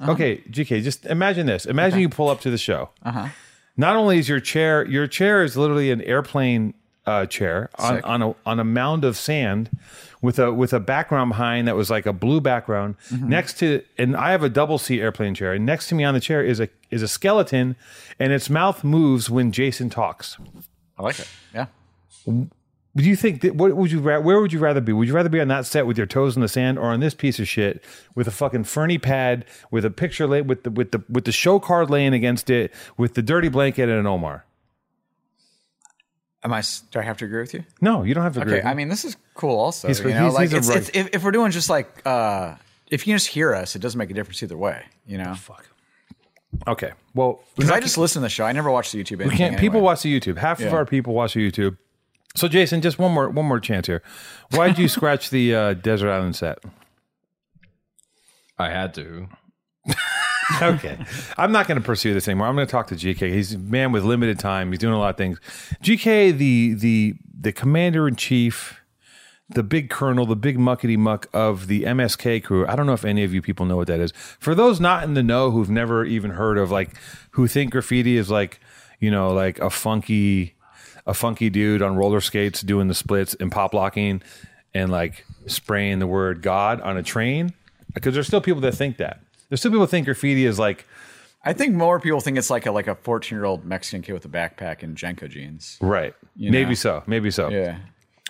Okay, GK, just imagine this. Imagine you pull up to the show. Not only is your chair, your chair is literally an airplane uh, chair on, on a on a mound of sand with a with a background behind that was like a blue background. Next to and I have a double seat airplane chair, and next to me on the chair is a is a skeleton, and its mouth moves when Jason talks. I like it. Yeah. Do you think that what would you ra- where would you rather be? Would you rather be on that set with your toes in the sand or on this piece of shit with a fucking ferny pad with a picture lay, with the with the with the show card laying against it with the dirty blanket and an Omar? Am I? s- Do I have to agree with you? No, you don't have to agree. Okay. with me. I mean, this is cool. Also, He's- you know, he's- like he's a it's, right- it's, if, if we're doing just like uh, if you just hear us, it doesn't make a difference either way. You know, okay. Well, because I just listen to the show. I never watch the YouTube. we can't. People watch the YouTube. Half of Yeah. our people watch the YouTube. So Jason, just one more one more chance here. Why would you scratch the uh, desert island set? I had to. Okay, I'm not going to pursue this anymore. I'm going to talk to GK. He's a man with limited time. He's doing a lot of things. GK, the the the commander in chief, the big colonel, the big muckety muck of the MSK crew. I don't know if any of you people know what that is. For those not in the know who've never even heard of like who think graffiti is like you know like a funky a funky dude on roller skates doing the splits and pop locking and like spraying the word God on a train. Because there's still people that think that. There's still people that think graffiti is like I think more people think it's like a like a 14 year old Mexican kid with a backpack and Jenko jeans. right. You maybe know. so. Maybe so. Yeah.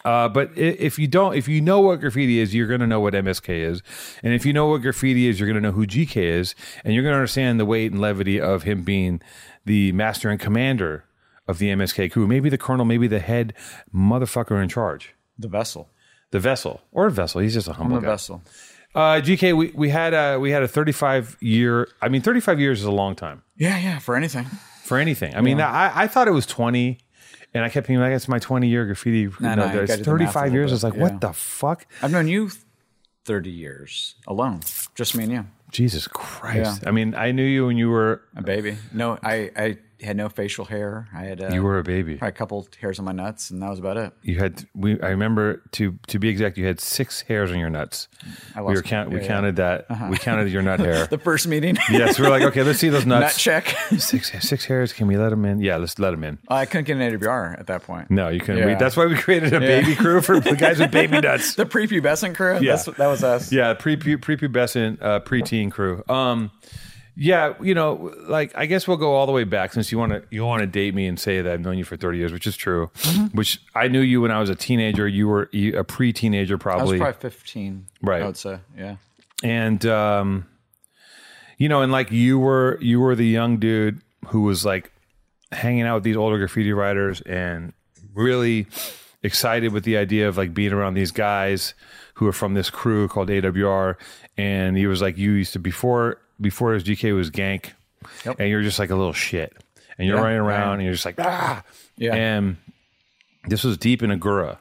Uh, but i- if you don't, if you know what graffiti is, you're going to know what MSK is, and if you know what graffiti is, you're going to know who GK is, and you're going to understand the weight and levity of him being the master and commander of the MSK crew, maybe the colonel, maybe the head motherfucker in charge, The vessel. the vessel or vessel. He's just a humble The guy. vessel. Uh, GK, we, we had a we had a 35 year. I mean, 35 years is a long time Yeah, yeah, for anything. for anything. I mean, I, I thought it was 20, and I kept thinking like it's my 20 year graffiti. No, no, you it's gotta do the math a 35 little years. bit, I was like, yeah. what the fuck? I've known you 30 years alone, just me and you, Jesus Christ! I mean, I knew you when you were a baby. No, I, I had no facial hair. I had uh, you were a baby. probably a couple hairs on my nuts, and that was about it. You had we. I remember to to be exact. You had six hairs on your nuts. we lost Uh-huh. were count. count. we Yeah, counted that. We counted your nut hair. The first meeting, yes, we were like, okay, let's see those nut nuts. check. Six six hairs. Can we let them in? Yeah, let's let them in. I couldn't get an AWR at that point. No, you couldn't. We, Yeah. that's why we created a baby crew for the guys with baby nuts. The prepubescent crew, yeah. that's, that was us. Yeah, pre prepubescent uh, preteen crew. Um, yeah, you know, like I guess we'll go all the way back since you want to you want to date me and say that I've known you for thirty years, which is true. Which I knew you when I was a teenager. You were e- a pre-teenager I was probably, probably 15, Right. I would say. Yeah. and um, you know, and like you were you were the young dude who was like hanging out with these older graffiti writers and really excited with the idea of like being around these guys who are from this crew called AWR. And he was like, you used to before before his GK was gank, and you're just like a little shit, and you're Yeah, running around right. and you're just like ah. Yeah. And this was deep in Agora.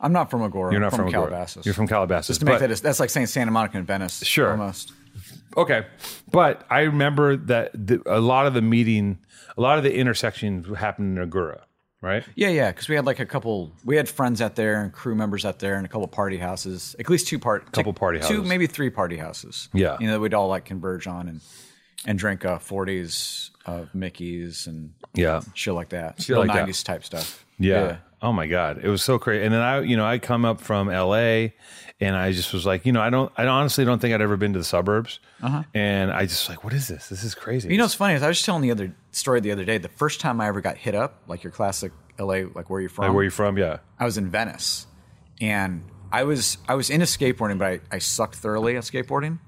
I'm not from Agora. You're not from, from, Agora. Calabasas. You're from Calabasas. Just to make But- that, that's like saying Santa Monica and Venice. Sure. Almost. Okay, but I remember that the, a lot of the meeting, a lot of the intersections happened in Agura, right? Yeah, yeah, because we had like a couple. We had friends out there and crew members out there and a couple party houses, at least two part, Couple party two houses. maybe three party houses. Yeah. you know that we'd all like converge on and and drink uh, 40s of Mickey's and Yeah, shit like that, Shit Real like that. 90s type stuff. yeah. Oh my god, it was so crazy. And then I, you know, I come up from L.A. and I just was like, you know, I don't, I honestly don't think I'd ever been to the suburbs, and I just like, what is this? This is crazy. You know, what's funny is I was just telling the other story the other day. The first time I ever got hit up, like your classic LA, like where you from? Like, where you from? Yeah, I was in Venice, and I was I was into skateboarding, but I, I sucked thoroughly at skateboarding.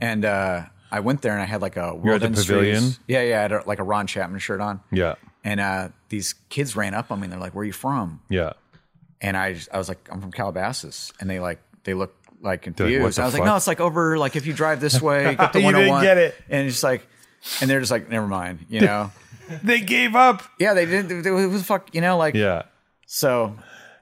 And uh, I went there, and I had like a World at the Industries- pavilion? Yeah, yeah, I had a, like a Ron Chapman shirt on. yeah, And uh, these kids ran up on me, and they're like, "Where are you from?" yeah. And I just, I was like, "I'm from Calabasses," and they like they looked like like, confused. "What the I was like, fuck?" "No, it's like over like if you drive this way, get the You didn't 101." get it. And it's just like, and they're just like, "Never mind," you know. They gave up. yeah, they did. It was fuck, you know, like Yeah, so.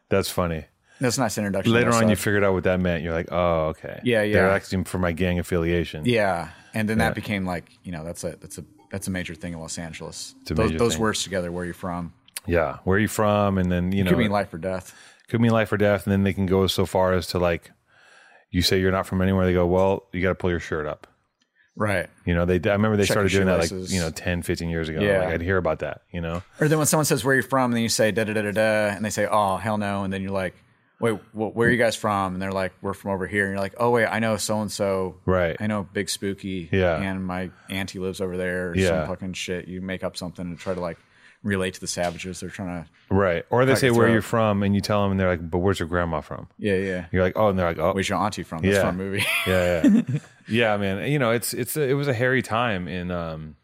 that's funny. That's a nice introduction. to Later on, you myself. figured out what that meant. You're like, oh, okay. Yeah, They're yeah. asking for my gang affiliation. Yeah, and then that became like you know that's a that's a that's a major thing in Los Angeles. a Those, major those thing. words together, where you're from, yeah. Where are you from? And then you know, could mean life or death. could mean life or death. And then they can go so far as to like, you say you're not from anywhere. They go, well, you got to pull your shirt up. Right. You know, they I remember they Check started your doing that like, shoelaces. you know, 10, 15 years ago. Yeah. Like I'd hear about that, you know. Or then when someone says where you're from, and then you say da da da da da, and they say oh hell no, and then you're like, wait, wh- where are you guys from? And they're like, we're from over here, and you're like, oh wait, I know so and so, Right. I know Big Spooky, Yeah. and my auntie lives over there, or Yeah. some fucking shit. You make up something to try to like relate to the savages. They're trying to, Right. Or they Cut say your where throat. you're from and you tell them and they're like, "But where's your grandma from?" yeah, yeah. You're like, "Oh." And they're like, "Oh." Where's your auntie from? That's Yeah. from a movie. Yeah, yeah. yeah, man. You know, it's it's it was a hairy time in um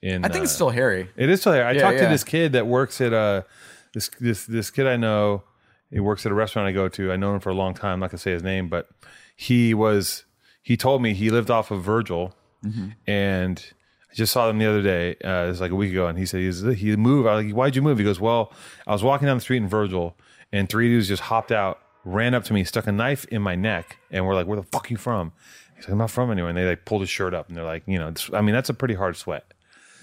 in I think it's uh, still hairy. It is still there. I talked to yeah. this kid that works at uh this this this kid I know. He works at a restaurant I go to. I know him for a long time. I'm not gonna say his name, but he was he told me he lived off of Virgil, Mm-hmm. and I just saw him the other day. Uh, it was like a week ago, and he said he's he moved. I was like, why'd you move? He goes, well, I was walking down the street in Virgil, and three dudes just hopped out, ran up to me, stuck a knife in my neck, and were like, where the fuck you from? He's like, I'm not from anywhere. And they like pulled his shirt up, and they're like, you know, it's, I mean, that's a pretty hard sweat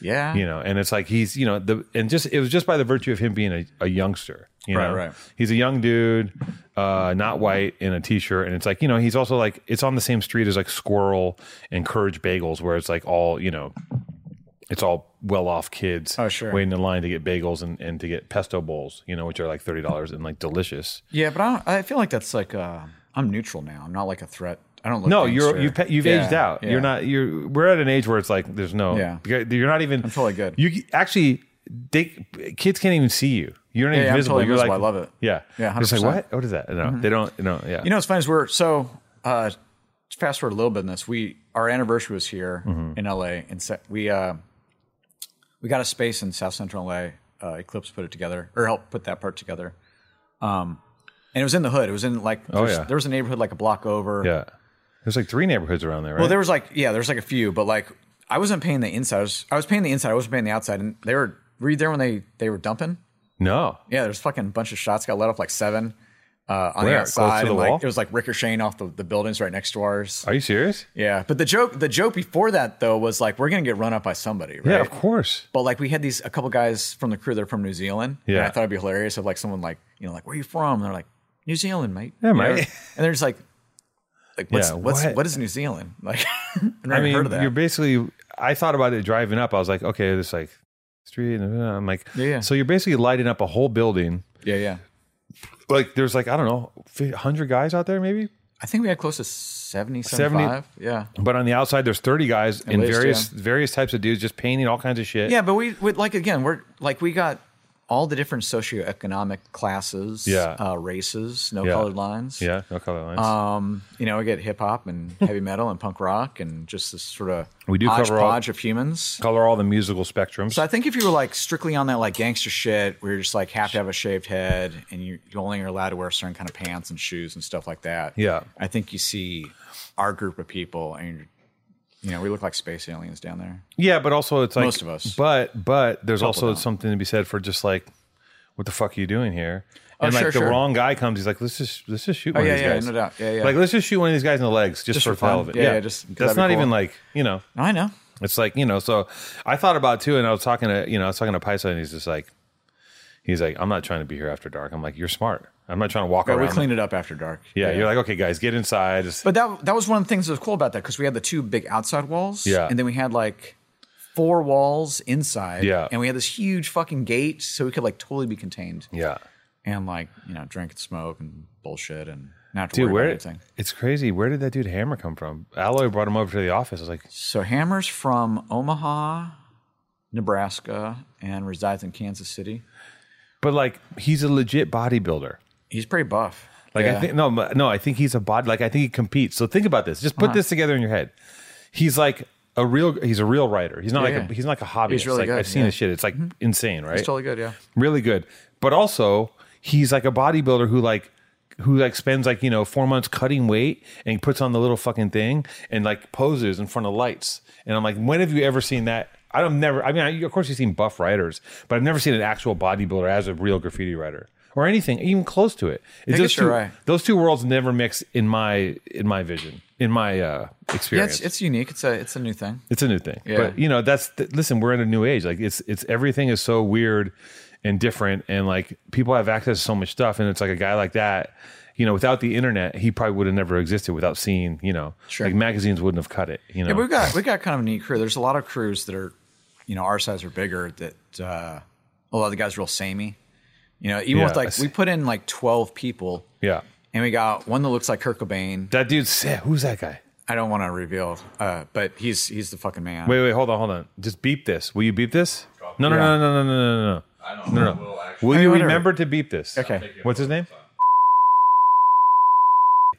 Yeah. you know and it's like he's you know the and just it was just by the virtue of him being a, a youngster you Right, know right. he's a young dude uh not white in a t-shirt and it's like you know he's also like it's on the same street as like squirrel and courage bagels where it's like all you know it's all well-off kids Oh, sure. waiting in line to get bagels and, and to get pesto bowls you know which are like $30 and like delicious Yeah, but I don't, I feel like that's like uh, I'm neutral now. I'm not like a threat. I don't look. no you're gangster. you've, pe- you've Yeah, aged out yeah. you're not you're we're at an age where it's like there's no Yeah. you're not even i'm totally good. you actually they kids can't even see you you're not yeah, I'm invisible totally you're like invisible. I love it. yeah Yeah, They're just like 100%. what what is that no they don't you know yeah You know, what's funny is we're so uh, fast forward a little bit in this. We our anniversary was here Mm-hmm. in LA, and se- we uh, we got a space in South Central LA. Uh, Eclipse put it together, or helped put that part together. Um, and it was in the hood. It was in like there's- Oh, yeah. there was a neighborhood like a block over. yeah there's like three neighborhoods around there right Well, there was like yeah, there was like a few, but like I wasn't paying the inside. I was, I was paying the inside. I wasn't paying the outside. And they were were you there when they they were dumping? no Yeah, there's fucking bunch of shots got let off like seven uh, on Where? the Close outside. to the and, like, wall? It was like ricocheting off the, the buildings right next to ours. are you serious Yeah, but the joke the joke before that though was like we're gonna get run up by somebody, right? yeah of course But like we had these a couple guys from the crew that are from New Zealand. And Yeah. I thought it'd be hilarious if like someone like you know like where are you from? And they're like New Zealand, mate. Yeah, You know? mate. And they're just like. Like what's, Yeah, what's what? what is New Zealand like? I've never i mean heard of that. you're basically i thought about it driving up i was like okay this like street and uh, i'm like Yeah, yeah. so you're basically lighting up a whole building Yeah, yeah. like there's like i don't know 100 guys out there maybe I think we had close to 70, 70. 75. Yeah. But on the outside, there's 30 guys in least, various various types of dudes just painting all kinds of shit. Yeah, but we, we like again, we're like we got all the different socioeconomic classes, Yeah. uh, races, no Yeah. colored lines. Yeah, no color lines. Um, you know, we get hip hop and heavy metal and punk rock and just this sort of We do cover all- hodgepodge of humans. color all the musical spectrums. So I think if you were like strictly on that like gangster shit, where you're just like have to have a shaved head and you, you only are allowed to wear certain kind of pants and shoes and stuff like that. Yeah. I think you see our group of people and you're, you know, we look like space aliens down there. yeah, but also it's like Most of us. But but there's also don't. something to be said for just like, what the fuck are you doing here? Oh, And like sure, the sure. Oh, wrong guy comes, he's like, let's just let's just shoot one yeah, of these yeah, guys. no doubt. Yeah, yeah. Like let's just shoot one of these guys in the legs just, Just for for fun. fun. Yeah, yeah, just 'cause that's that'd be not even cool. like you know. I know. It's like you know. So I thought about it too, and I was talking to you know, I was talking to Paisa, and he's just like, he's like, I'm not trying to be here after dark. I'm like, you're smart. I'm not trying to walk But we around. cleaned it up after dark. yeah, you're like, okay, guys, get inside. It's- But that that was one of the things that was cool about that because we had the two big outside walls. Yeah. And then we had like four walls inside. Yeah. And we had this huge fucking gate so we could like totally be contained. yeah, And like, you know, drink and smoke and bullshit and not have to dude, worry where about anything. it's crazy. Where did that dude Hammer come from? Alloy brought him over to the office. I was like, So Hammer's from Omaha, Nebraska, and resides in Kansas City. but like, he's a legit bodybuilder. He's pretty buff. Like, I Yeah. think no, no, I think he's a body. Like, I think he competes. So think about this. Just Uh-huh. put this together in your head. He's like a real. He's a real writer. He's not like yeah. A, he's not like a hobbyist. He's really like good, I've seen yeah. Mm-hmm. his shit. It's like insane, right? He's totally good, yeah. really good. But also, he's like a bodybuilder who like who like spends like you know four months cutting weight and he puts on the little fucking thing and like poses in front of lights. And I'm like, when have you ever seen that? I don't never. I mean, I, of course you've seen buff writers, but I've never seen an actual bodybuilder as a real graffiti writer or anything even close to it. It's guess those two, you're right. those two worlds never mix in my in my vision in my uh, Yeah, experience. it's, it's unique. It's a it's a new thing. It's a new thing. But you know, that's th- listen, we're in a new age. Like it's it's everything is so weird and different and like people have access to so much stuff and it's like a guy like that you know without the internet he probably would have never existed without seeing you know Sure. like magazines wouldn't have cut it you know Yeah, we've got we've got kind of a neat crew. There's a lot of crews that are, you know, our size or bigger. That uh, a lot of the guys are real samey. You know, even Yeah, with I like see. we put in like 12 people, yeah and we got one that looks like Kurt Cobain. that dude's sick. who's that guy I don't want to reveal, uh, but he's he's the fucking man. wait wait hold on hold on just beep this will you beep this no no no Yeah. no no no no no I don't no know. no We'll actually will Hey, you whatever. remember to beep this Okay. what's his name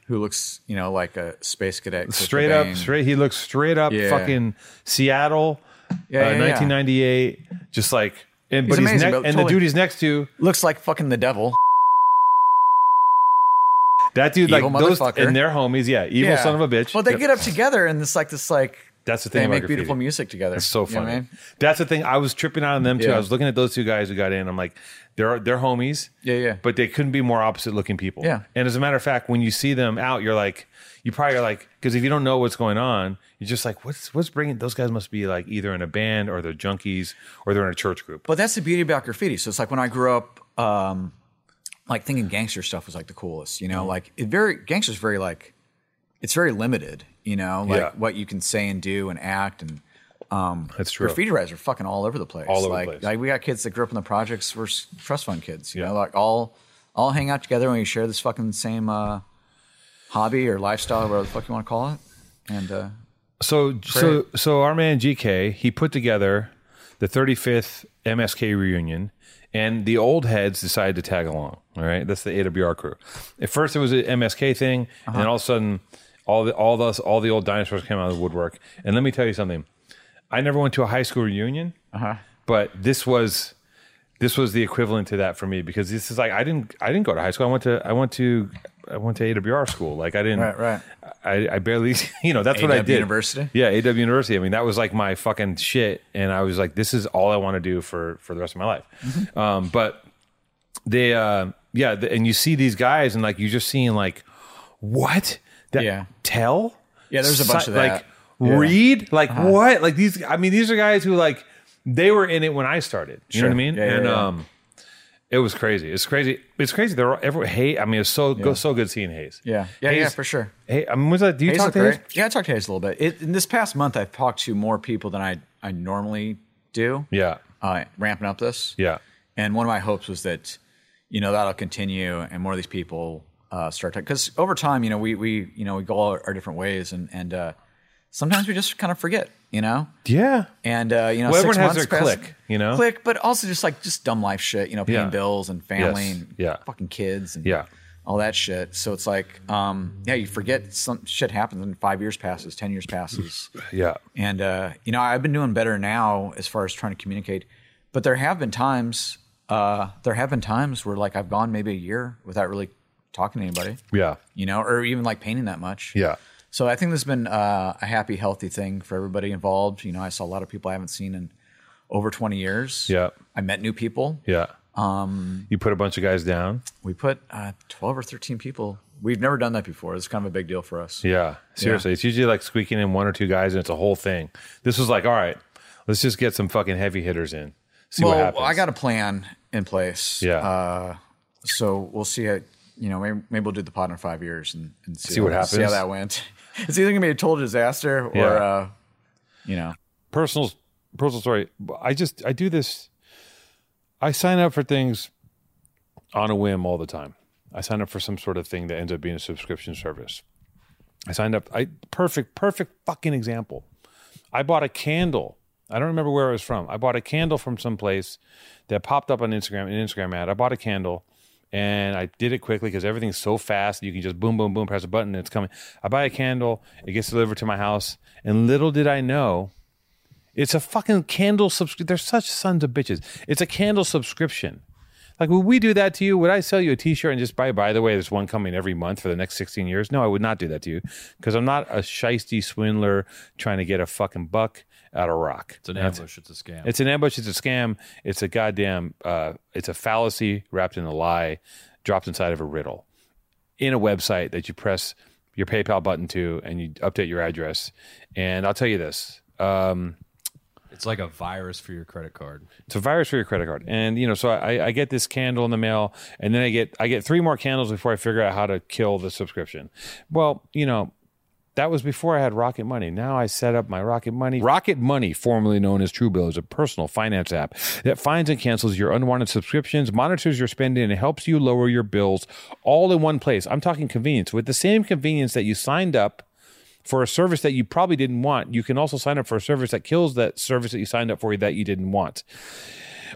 Who looks, you know, like a space cadet? Kurt straight Cobain. up straight he looks straight up Yeah. fucking seattle Yeah, uh, yeah, yeah. 1998 just like and, He's but he's amazing, ne- but and the totally- dude he's next to Looks like fucking the devil. that dude Evil like those motherfucker. and their homies yeah evil Yeah. son of a bitch Well, they Yep. get up together and it's like this like That's the thing they about make beautiful graffiti. music together. It's so You know funny. what I mean? That's the thing. I was tripping out on them too. Yeah. I was looking at those two guys who got in. I'm like, they're they're homies. Yeah, yeah. But they couldn't be more opposite looking people. Yeah. And as a matter of fact, when you see them out, you're like, you probably are like, because if you don't know what's going on, you're just like, what's what's bringing those guys? Must be like either in a band or they're junkies or they're in a church group. But that's the beauty about graffiti. So it's like when I grew up, um, like thinking gangster stuff was like the coolest, you know, Mm-hmm. like it very gangster's very like it's very limited, you know, like Yeah. what you can say and do and act and um That's true. graffiti writers are fucking all over the place. All over the like, place. like we got kids that grew up in the projects, we're s- trust fund kids, you Yeah. know, like all all hang out together and we share this fucking same uh hobby or lifestyle or whatever the fuck you want to call it. And uh So so so our man GK, he put together the 35th MSK reunion, and the old heads decided to tag along. All right, that's the AWR crew. At first, it was an MSK thing, and Uh-huh. then all of a sudden, all the all the all the old dinosaurs came out of the woodwork. And let me tell you something. I never went to a high school reunion, Uh-huh. but this was this was the equivalent to that for me because this is like I didn't I didn't go to high school. I went to I went to I went to AWR school. Like I didn't Right, right. I, I barely you know that's what I AW did. University? Yeah, AW University. I mean, that was like my fucking shit, and I was like, this is all I want to do for for the rest of my life. Mm-hmm. Um, but they, uh, yeah, the, and you see these guys, and like you're just seeing like, what that Yeah. tell? Yeah, there's a bunch of that. Like Yeah. Uh-huh. read, like what? Like these. I mean, these are guys who like they were in it when I started. You know Sure. what I mean? Yeah, yeah, and yeah. um, it was crazy. It's crazy. It's crazy. They're all, every hey. I mean, it's so go so good seeing Hayes. yeah. Yeah, yeah, Hayes- for sure. Hey, I mean, was that? Do you Hayes talk looked to Hayes? great. Yeah, I talked to Hayes a little bit. It, in this past month, I've talked to more people than I, I normally do. Yeah, Uh, ramping up this. yeah. And one of my hopes was that, you know, that'll continue and more of these people uh, start to, because over time, you know, we, we, you know, we go all our, our different ways and, and uh, sometimes we just kind of forget, you know? Yeah. And, uh, you know, Well, six everyone has months their pass- click, you know? Click, but also just like just dumb life shit, you know, paying Yeah. bills and family Yes. and Yeah. fucking kids and Yeah. all that shit. So it's like, um, yeah, you forget some shit happens and five years passes, 10 years passes. Yeah. and, uh, you know, I've been doing better now as far as trying to communicate, but there have been times, uh, there have been times where like I've gone maybe a year without really talking to anybody, Yeah. you know, or even like painting that much. Yeah. So I think this has been uh, a happy, healthy thing for everybody involved. You know, I saw a lot of people I haven't seen in over 20 years. Yeah. I met new people. Yeah. Um, you put a bunch of guys down. We put uh, 12 or 13 people. We've never done that before. It's kind of a big deal for us. Yeah. Seriously. It's usually like squeaking in one or two guys and it's a whole thing. This was like, all right, let's just get some fucking heavy hitters in. See what well, happens. I got a plan in place. Yeah. Uh, so we'll see how, you know, maybe, maybe we'll do the pod in five years and, and see, See what See how happens. that went. It's either going to be a total disaster or, Yeah. uh, you know, personal personal story. I just I do this. I sign up for things on a whim all the time. I sign up for some sort of thing that ends up being a subscription service. I signed up. I perfect perfect fucking example. I bought a candle. I don't remember where it was from. I bought a candle from some place that popped up on Instagram, an Instagram ad. I bought a candle and I did it quickly because everything's so fast. You can just boom, boom, boom, press a button and it's coming. I buy a candle, it gets delivered to my house. And little did I know, it's a fucking candle subscription. They're such sons of bitches. It's a candle subscription. Like, would we do that to you? Would I sell you a t shirt and just buy, by the way, there's one coming every month for the next 16 years? No, I would not do that to you because I'm not a shisty swindler trying to get a fucking buck out of rock. It's an ambush. It's a scam. It's an ambush. It's a scam. It's a goddamn. Uh, it's a fallacy wrapped in a lie, dropped inside of a riddle, in a website that you press your PayPal button to, and you update your address. And I'll tell you this: um, It's like a virus for your credit card. It's a virus for your credit card. And you know, so I, I get this candle in the mail, and then I get I get three more candles before I figure out how to kill the subscription. Well, you know, that was before I had Rocket Money. Now I set up my Rocket Money. Rocket Money, formerly known as Truebill, is a personal finance app that finds and cancels your unwanted subscriptions, monitors your spending, and helps you lower your bills all in one place. I'm talking convenience. With the same convenience that you signed up for a service that you probably didn't want, you can also sign up for a service that kills that service that you signed up for that you didn't want.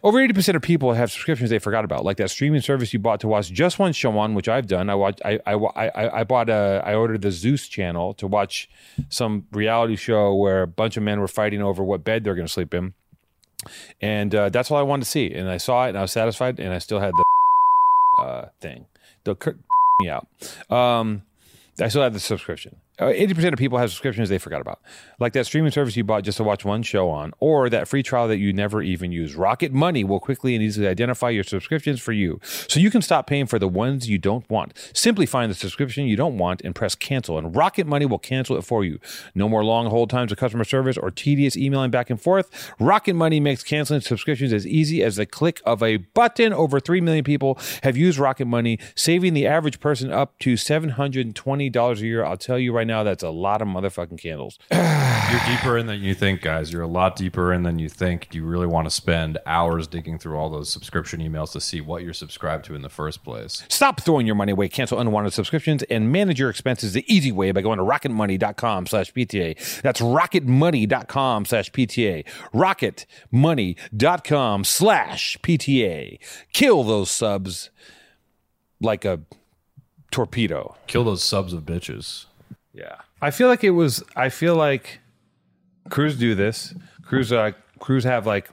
Over 80% of people have subscriptions they forgot about, like that streaming service you bought to watch just one show on, which I've done. I watch, I, I, I, I bought a, I ordered the Zeus channel to watch some reality show where a bunch of men were fighting over what bed they're going to sleep in. And uh, that's all I wanted to see. And I saw it and I was satisfied and I still had the uh, thing. They'll cur- me out. Um, I still have the subscription. Uh, Eighty percent of people have subscriptions they forgot about, like that streaming service you bought just to watch one show on, or that free trial that you never even use. Rocket Money will quickly and easily identify your subscriptions for you, so you can stop paying for the ones you don't want. Simply find the subscription you don't want and press cancel, and Rocket Money will cancel it for you. No more long hold times of customer service or tedious emailing back and forth. Rocket Money makes canceling subscriptions as easy as the click of a button. Over three million people have used Rocket Money, saving the average person up to seven hundred and twenty dollars a year. I'll tell you right now, that's a lot of motherfucking candles. You're deeper in than you think, guys. You're a lot deeper in than you think. You really want to spend hours digging through all those subscription emails to see what you're subscribed to in the first place. Stop throwing your money away, cancel unwanted subscriptions, and manage your expenses the easy way by going to rocketmoney.com slash PTA. That's rocketmoney.com slash PTA. Rocketmoney.com slash PTA. Kill those subs like a torpedo. Kill those subs of bitches. Yeah. I feel like it was. I feel like crews do this. Crews, uh, crews have like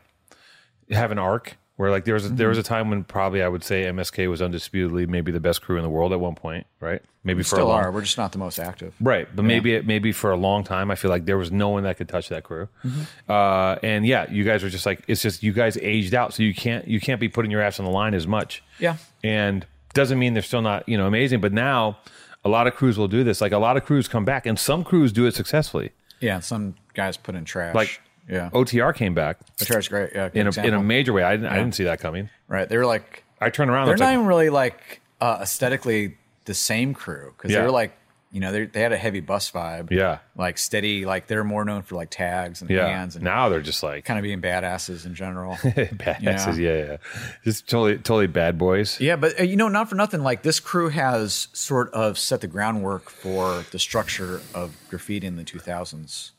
have an arc where like there was a, there was a time when probably I would say MSK was undisputedly maybe the best crew in the world at one point, right? Maybe for a Still long are. We're just not the most active. Right, but maybe it, maybe for a long time, I feel like there was no one that could touch that crew, Mm-hmm. uh, and yeah, you guys are just like it's just you guys aged out, so you can't you can't be putting your ass on the line as much. Yeah. and doesn't mean they're still not you know amazing, but now a lot of crews will do this. Like a lot of crews come back, and some crews do it successfully. Yeah, some guys put in trash. Like yeah, OTR came back trash is great. Yeah, good in a, in example. a major way. I didn't I didn't see that coming. right. They were like I turned around. I they're was not like, even really like uh, aesthetically the same crew because Yeah. they were like you know they they had a heavy bus vibe. Yeah. like steady. Like they're more known for like tags and yeah. hands and now they're just like kind of being badasses in general. badasses. Yeah. yeah, just totally totally bad boys. yeah, but uh, you know, not for nothing. Like this crew has sort of set the groundwork for the structure of graffiti in the 2000s,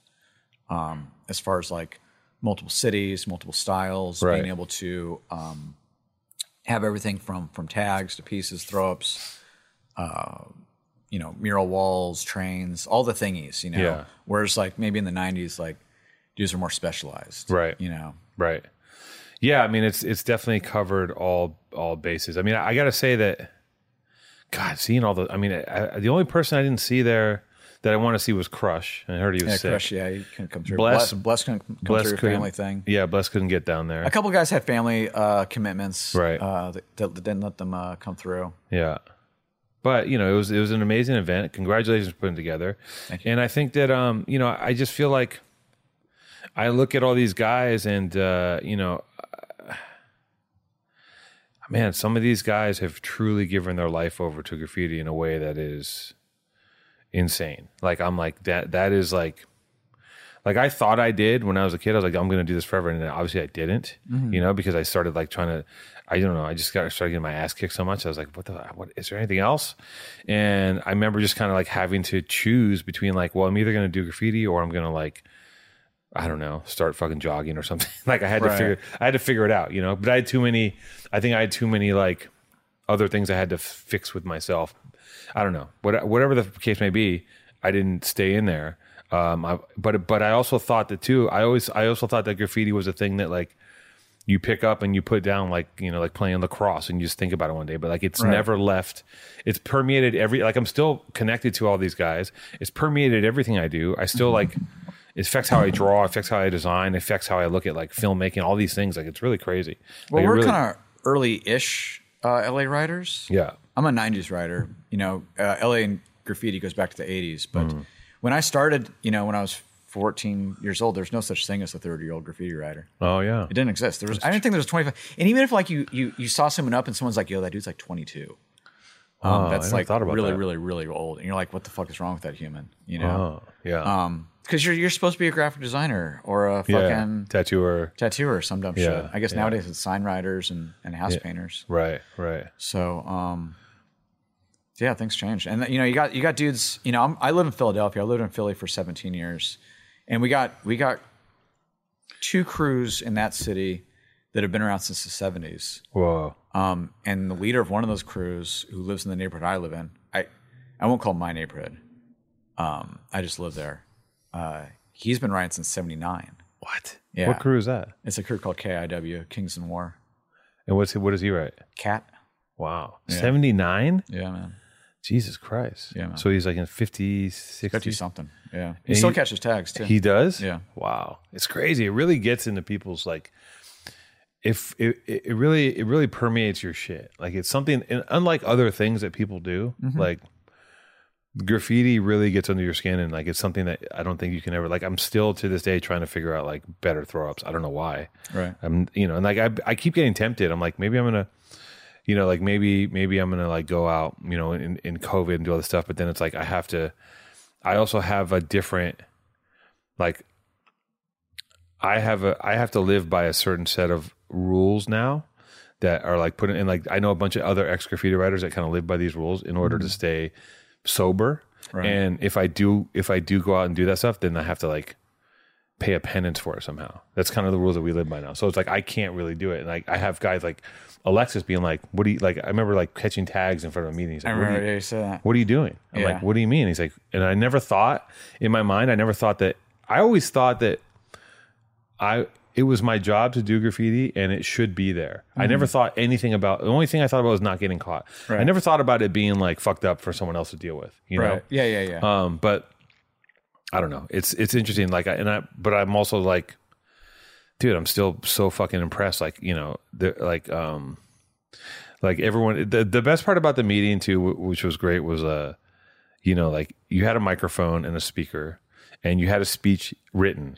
um, as far as like multiple cities, multiple styles, Right. being able to um, have everything from from tags to pieces, throw ups. uh, you know, mural walls, trains, all the thingies, you know. Yeah. Whereas like maybe in the nineties, like dudes are more specialized. Right. You know. Right. Yeah, I mean it's it's definitely covered all all bases. I mean, I, got to say that God, seeing all the I mean, I, I- the only person I didn't see there that I want to see was Crush. I heard he was Yeah, sick. Crush, yeah, you can come through. Bless- Bless Bless can come Bless through a couldn't- family thing. Yeah, Bless couldn't get down there. A couple guys had family uh commitments. Right. Uh that, that didn't let them uh come through. Yeah. But you know, it was it was an amazing event. Congratulations for putting it together. And I think that um, you know, I just feel like I look at all these guys and uh, you know, uh, man, some of these guys have truly given their life over to graffiti in a way that is insane. Like I'm like that that is like like I thought I did when I was a kid. I was like, I'm gonna do this forever, and then obviously I didn't. You know, because I started like trying to. I don't know. I just got started getting my ass kicked so much. I was like, what the? What is there anything else? And I remember just kind of like having to choose between like, well, I'm either gonna do graffiti or I'm gonna like. I don't know, start fucking jogging or something. like I had to Right. figure, I had to figure it out, you know. But I had too many. I think I had too many like other things I had to f- fix with myself. I don't know. What, whatever the case may be, I didn't stay in there. Um, I, but but I also thought that too. I always I also thought that graffiti was a thing that like you pick up and you put down like you know like playing lacrosse and you just think about it one day but like it's never left it's permeated every like i'm still connected to all these guys it's permeated everything i do i Mm-hmm. still like it affects how i draw affects how i design affects how i look at like filmmaking all these things like it's really crazy Well, Like, it we're really- kind of early-ish uh, LA writers. yeah I'm a '90s writer. Mm. You know, uh, LA and graffiti goes back to the '80s. But when I started, you know, when I was 14 years old, there's no such thing as a 30 year old graffiti writer. Oh yeah. It didn't exist. There was I didn't think there was 25. And even if like you you you saw someone up and someone's like, yo, that dude's like 22. Um, Oh, I that's never like thought about really, that. really, really old. And you're like, what the fuck is wrong with that human? You know? Oh, yeah. Because Um, you're you're supposed to be a graphic designer or a yeah. fucking Tattooer. tattooer or some dumb Yeah, shit. I guess yeah. nowadays it's sign writers and, and house painters. Right. Right. So, um, yeah, things changed. And you know, you got you got dudes. You know, I'm, I live in Philadelphia. I lived in Philly for 17 years, and we got we got two crews in that city that have been around since the 70s. Whoa. Um, and the leader of one of those crews, who lives in the neighborhood I live in, I I won't call it my neighborhood. Um, I just live there. Uh, he's been writing since 79. What? Yeah. What crew is that? It's a crew called KIW, Kings and War. And what's he, what does he write? Cat. Wow. Seventy nine. Yeah, man. Jesus Christ. Yeah, man. So he's like in 50, 60. 50 something. Yeah. He And still he- catches tags too. He does. Yeah. Wow. It's crazy. It really gets into people's like. If it, it it really it really permeates your shit. Like it's something and unlike other things that people do. Like graffiti really gets under your skin and like it's something that I don't think you can ever like. I'm still to this day trying to figure out like better throw ups. I don't know why. right. I'm you know, and like I I keep getting tempted. I'm like maybe I'm gonna you know, like maybe maybe I'm gonna like go out, you know, in, in COVID and do all this stuff, but then it's like I have to I also have a different like I have a I have to live by a certain set of rules now that are like put in and like I know a bunch of other ex graffiti writers that kind of live by these rules in order to stay sober. And if I do if I do go out and do that stuff, then I have to like pay a penance for it somehow. That's kind of the rules that we live by now. So it's like I can't really do it. And like I have guys like Alexis being like, "What do you like?" I remember like catching tags in front of a meeting. He's I like, what, remember do yeah, you, you said that. "What are you doing?" I'm Yeah. like, "What do you mean?" He's like, and I never thought in my mind. I never thought that. I always thought that I it was my job to do graffiti and it should be there. I never thought anything about the only thing I thought about was not getting caught. I Mm-hmm. Right. never thought about it being like fucked up for someone else to deal with. You know, Right. Yeah, yeah, yeah. um, but I don't know. It's it's interesting. Like, I, and I, but I'm also like, dude, I'm still so fucking impressed. Like, you know, the, like, um, like everyone. The the best part about the meeting too, wh- which was great, was uh, you know, like you had a microphone and a speaker, and you had a speech written.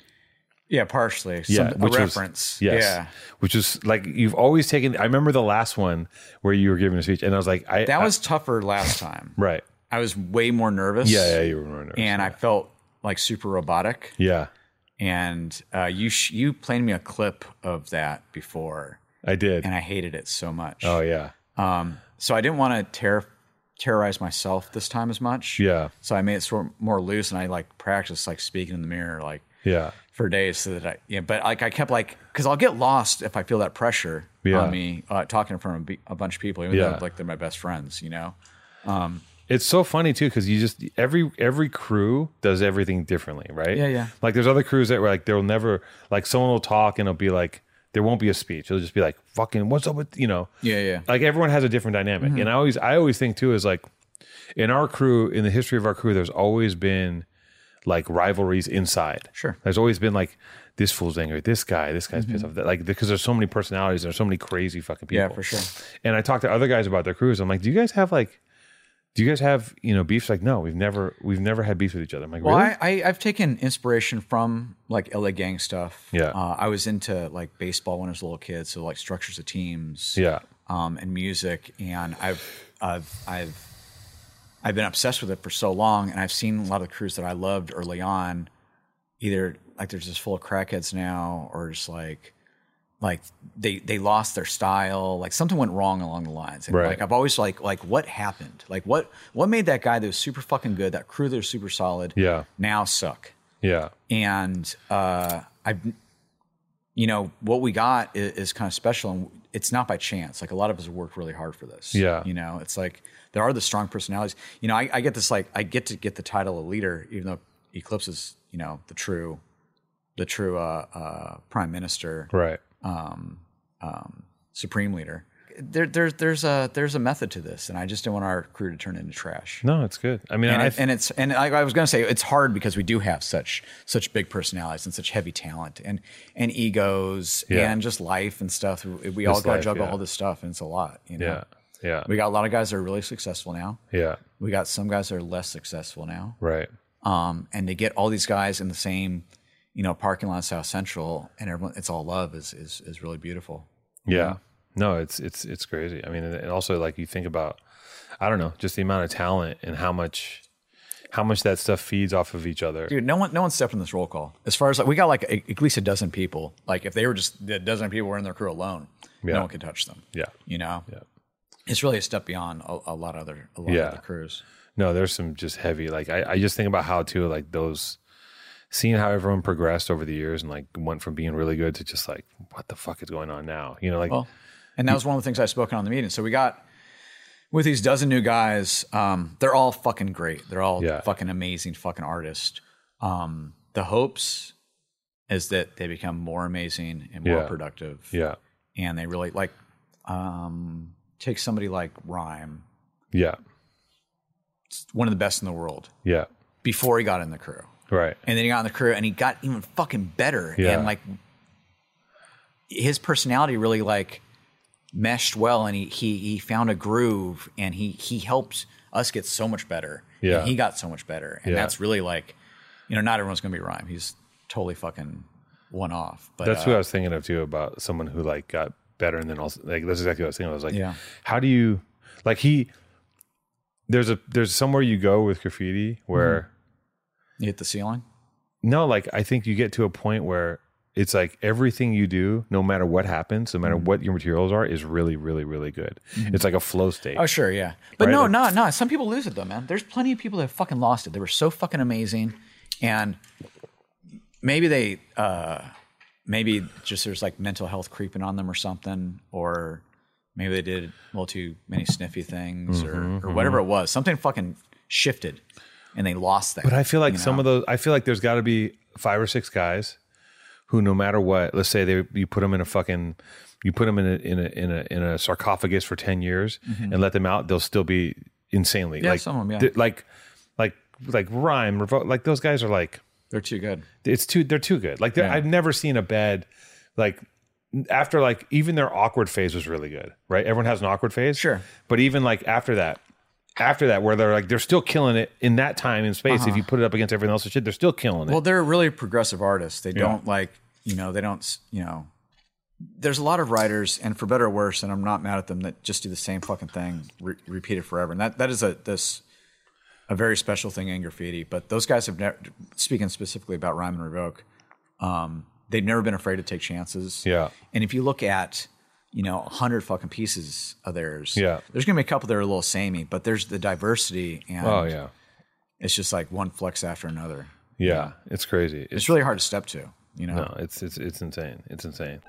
yeah, partially. Yeah, Some, which a was- reference. yes, Yeah. which is like you've always taken. I remember the last one where you were giving a speech, and I was like, I That was tougher last time. I- right. I was way more nervous. Yeah, yeah, you were nervous. And I felt like super robotic. yeah, And uh, you sh- you played me a clip of that before, I did. and I hated it so much. oh yeah, Um, so I didn't want to terror terrorize myself this time as much. yeah, So I made it sort of more loose, and I like practiced like speaking in the mirror, like yeah. for days so that I yeah, but like I kept like because I'll get lost if I feel that pressure Yeah. on me uh, talking in front of a b- a bunch of people, even Yeah. though like they're my best friends, you know. It's so funny too because you just every every crew does everything differently, right? Yeah, yeah. Like there's other crews that were like they'll never like someone will talk and it'll be like there won't be a speech. It'll just be like fucking what's up with you know? Yeah, yeah. Mm-hmm. Like everyone has a different dynamic, and I always I always think too is like in our crew in the history of our crew there's always been like rivalries inside. Sure. Mm-hmm. There's always been like this fool's angry, this guy, this guy's pissed off. That like because there's so many personalities, there's so many crazy fucking people. Yeah, for sure. And I talked to other guys about their crews. I'm like, do you guys have like do you guys have, you know, beefs? Like, no, we've never we've never had beefs with each other. I'm like, Well, really? I, I I've taken inspiration from like LA gang stuff. Yeah. uh, I was into like baseball when I was a little kid, so like structures of teams. yeah. um, and music, and I've I've I've I've been obsessed with it for so long, and I've seen a lot of the crews that I loved early on, either like they're just full of crackheads now, or just like like they they lost their style, like something went wrong along the lines, and Right. like I've always like like what happened, like what what made that guy that was super fucking good, that crew that was super solid, Yeah. now suck Yeah. and uh, I've, you know, what we got is, is kind of special, and it's not by chance. Like a lot of us have worked really hard for this. Yeah. you know, it's like there are the strong personalities. You know, I, I get this like I get to get the title of leader, even though Eclipse is you know the true, the true uh, uh, prime minister, Right. supreme leader. There, there's there's a there's a method to this, and I just don't want our crew to turn into trash. No, it's good. I mean, And, I, it- and it's and I, I was going to say it's hard because we do have such such big personalities and such heavy talent and and egos Yeah. and just life and stuff. We, we all Just got to life, juggle yeah. all this stuff, and it's a lot. You know, yeah. Yeah. we got a lot of guys that are really successful now. Yeah. We got some guys that are less successful now. Right. Um, and to get all these guys in the same, you know, parking lot in South Central and everyone, it's all love is, is, is really beautiful. Yeah. No, it's it's it's crazy. I mean, and and also like you think about, I don't know, just the amount of talent and how much, how much that stuff feeds off of each other. Dude, no one, no one stepped in this roll call. As far as like, we got like a, at least a dozen people. Like if they were just the dozen people were in their crew alone, Yeah. no one could touch them. Yeah. You know, it's really a step beyond a, a lot of other, a lot Yeah. of other crews. No, there's some just heavy. Like I, I just think about how too, like those, seeing how everyone progressed over the years and like went from being really good to just like what the fuck is going on now. You know, like Well, and that was one of the things I spoke on in the meeting. So we got with these dozen new guys. Um, they're all fucking great. They're all Yeah. fucking amazing, fucking artists. Um, the hopes is that they become more amazing and more Yeah. productive, yeah, and they really like um, take somebody like Rhyme, yeah, one of the best in the world, yeah, before he got in the crew, right, and then he got in the crew, and he got even fucking better, Yeah. and like his personality really like meshed well and he he he found a groove and he he helped us get so much better. And Yeah. he got so much better. And Yeah. that's really like you know, not everyone's gonna be rhyme. He's totally fucking one off. But That's uh, what I was thinking of too about someone who like got better and then also like that's exactly what I was thinking. I was like, Yeah. how do you like he? There's a there's somewhere you go with graffiti where Mm-hmm. you hit the ceiling. no, like I think you get to a point where it's like everything you do, no matter what happens, no matter Mm-hmm. what your materials are, is really, really, really good. It's like a flow state. Oh sure, yeah. But Right, no, like- no, no. Some people lose it though, man. There's plenty of people that fucking lost it. They were so fucking amazing, and maybe they, uh, maybe just there's like mental health creeping on them or something, or maybe they did a little too many sniffy things Mm-hmm, or, or whatever it was. Something fucking shifted, and they lost that. But I feel like some of those. I feel like there's got to be five or six guys who, no matter what, let's say they you put them in a fucking, you put them in a in a in a, in a sarcophagus for ten years and let them out, they'll still be insanely like some of 'em, Mm-hmm. yeah. th- like like like rhyme revolt. Like those guys are like they're too good. it's too they're too good. Like they're I've never seen a bad like after like even their awkward phase was really good, right? Everyone has an awkward phase, Sure. But even like after that, after that, where they're like they're still killing it in that time and space. If you put it up against everything else and shit, they're still killing it. Uh-huh. Well, they're really progressive artists. They don't like, you know, they don't, s- you know, there's a lot of writers, and for better or worse, and I'm not mad at them that just do the same fucking thing, re- repeat it forever. And that that is a this a very special thing in graffiti. But those guys have never, speaking specifically about Rhyme and Revoke, um, they've never been afraid to take chances. Yeah. And if you look at, you know, a hundred fucking pieces of theirs, Yeah. there's gonna be a couple that are a little samey, but there's the diversity, and oh yeah, it's just like one flex after another. yeah, it's crazy. It's, It's really hard to step to, you know. no, it's it's it's insane. It's insane.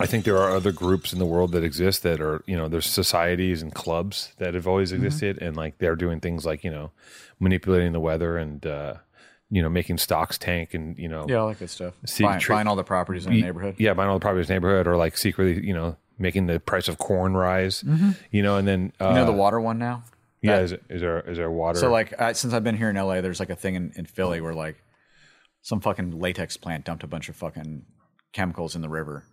I think there are other groups in the world that exist that are, you know, there's societies and clubs that have always existed, and like they're doing things like, you know, manipulating the weather and, uh, you know, making stocks tank and, you know, Yeah, I like that stuff. See, buying, tri- buying all the properties in the neighborhood. yeah, buying all the property in his neighborhood or like secretly, you know, making the price of corn rise, you know, and then, uh, Mm-hmm. You know the water one now. yeah, is, is there, is there water? So like I, since I've been here in LA, there's like a thing in, in Philly where like some fucking latex plant dumped a bunch of fucking chemicals in the river,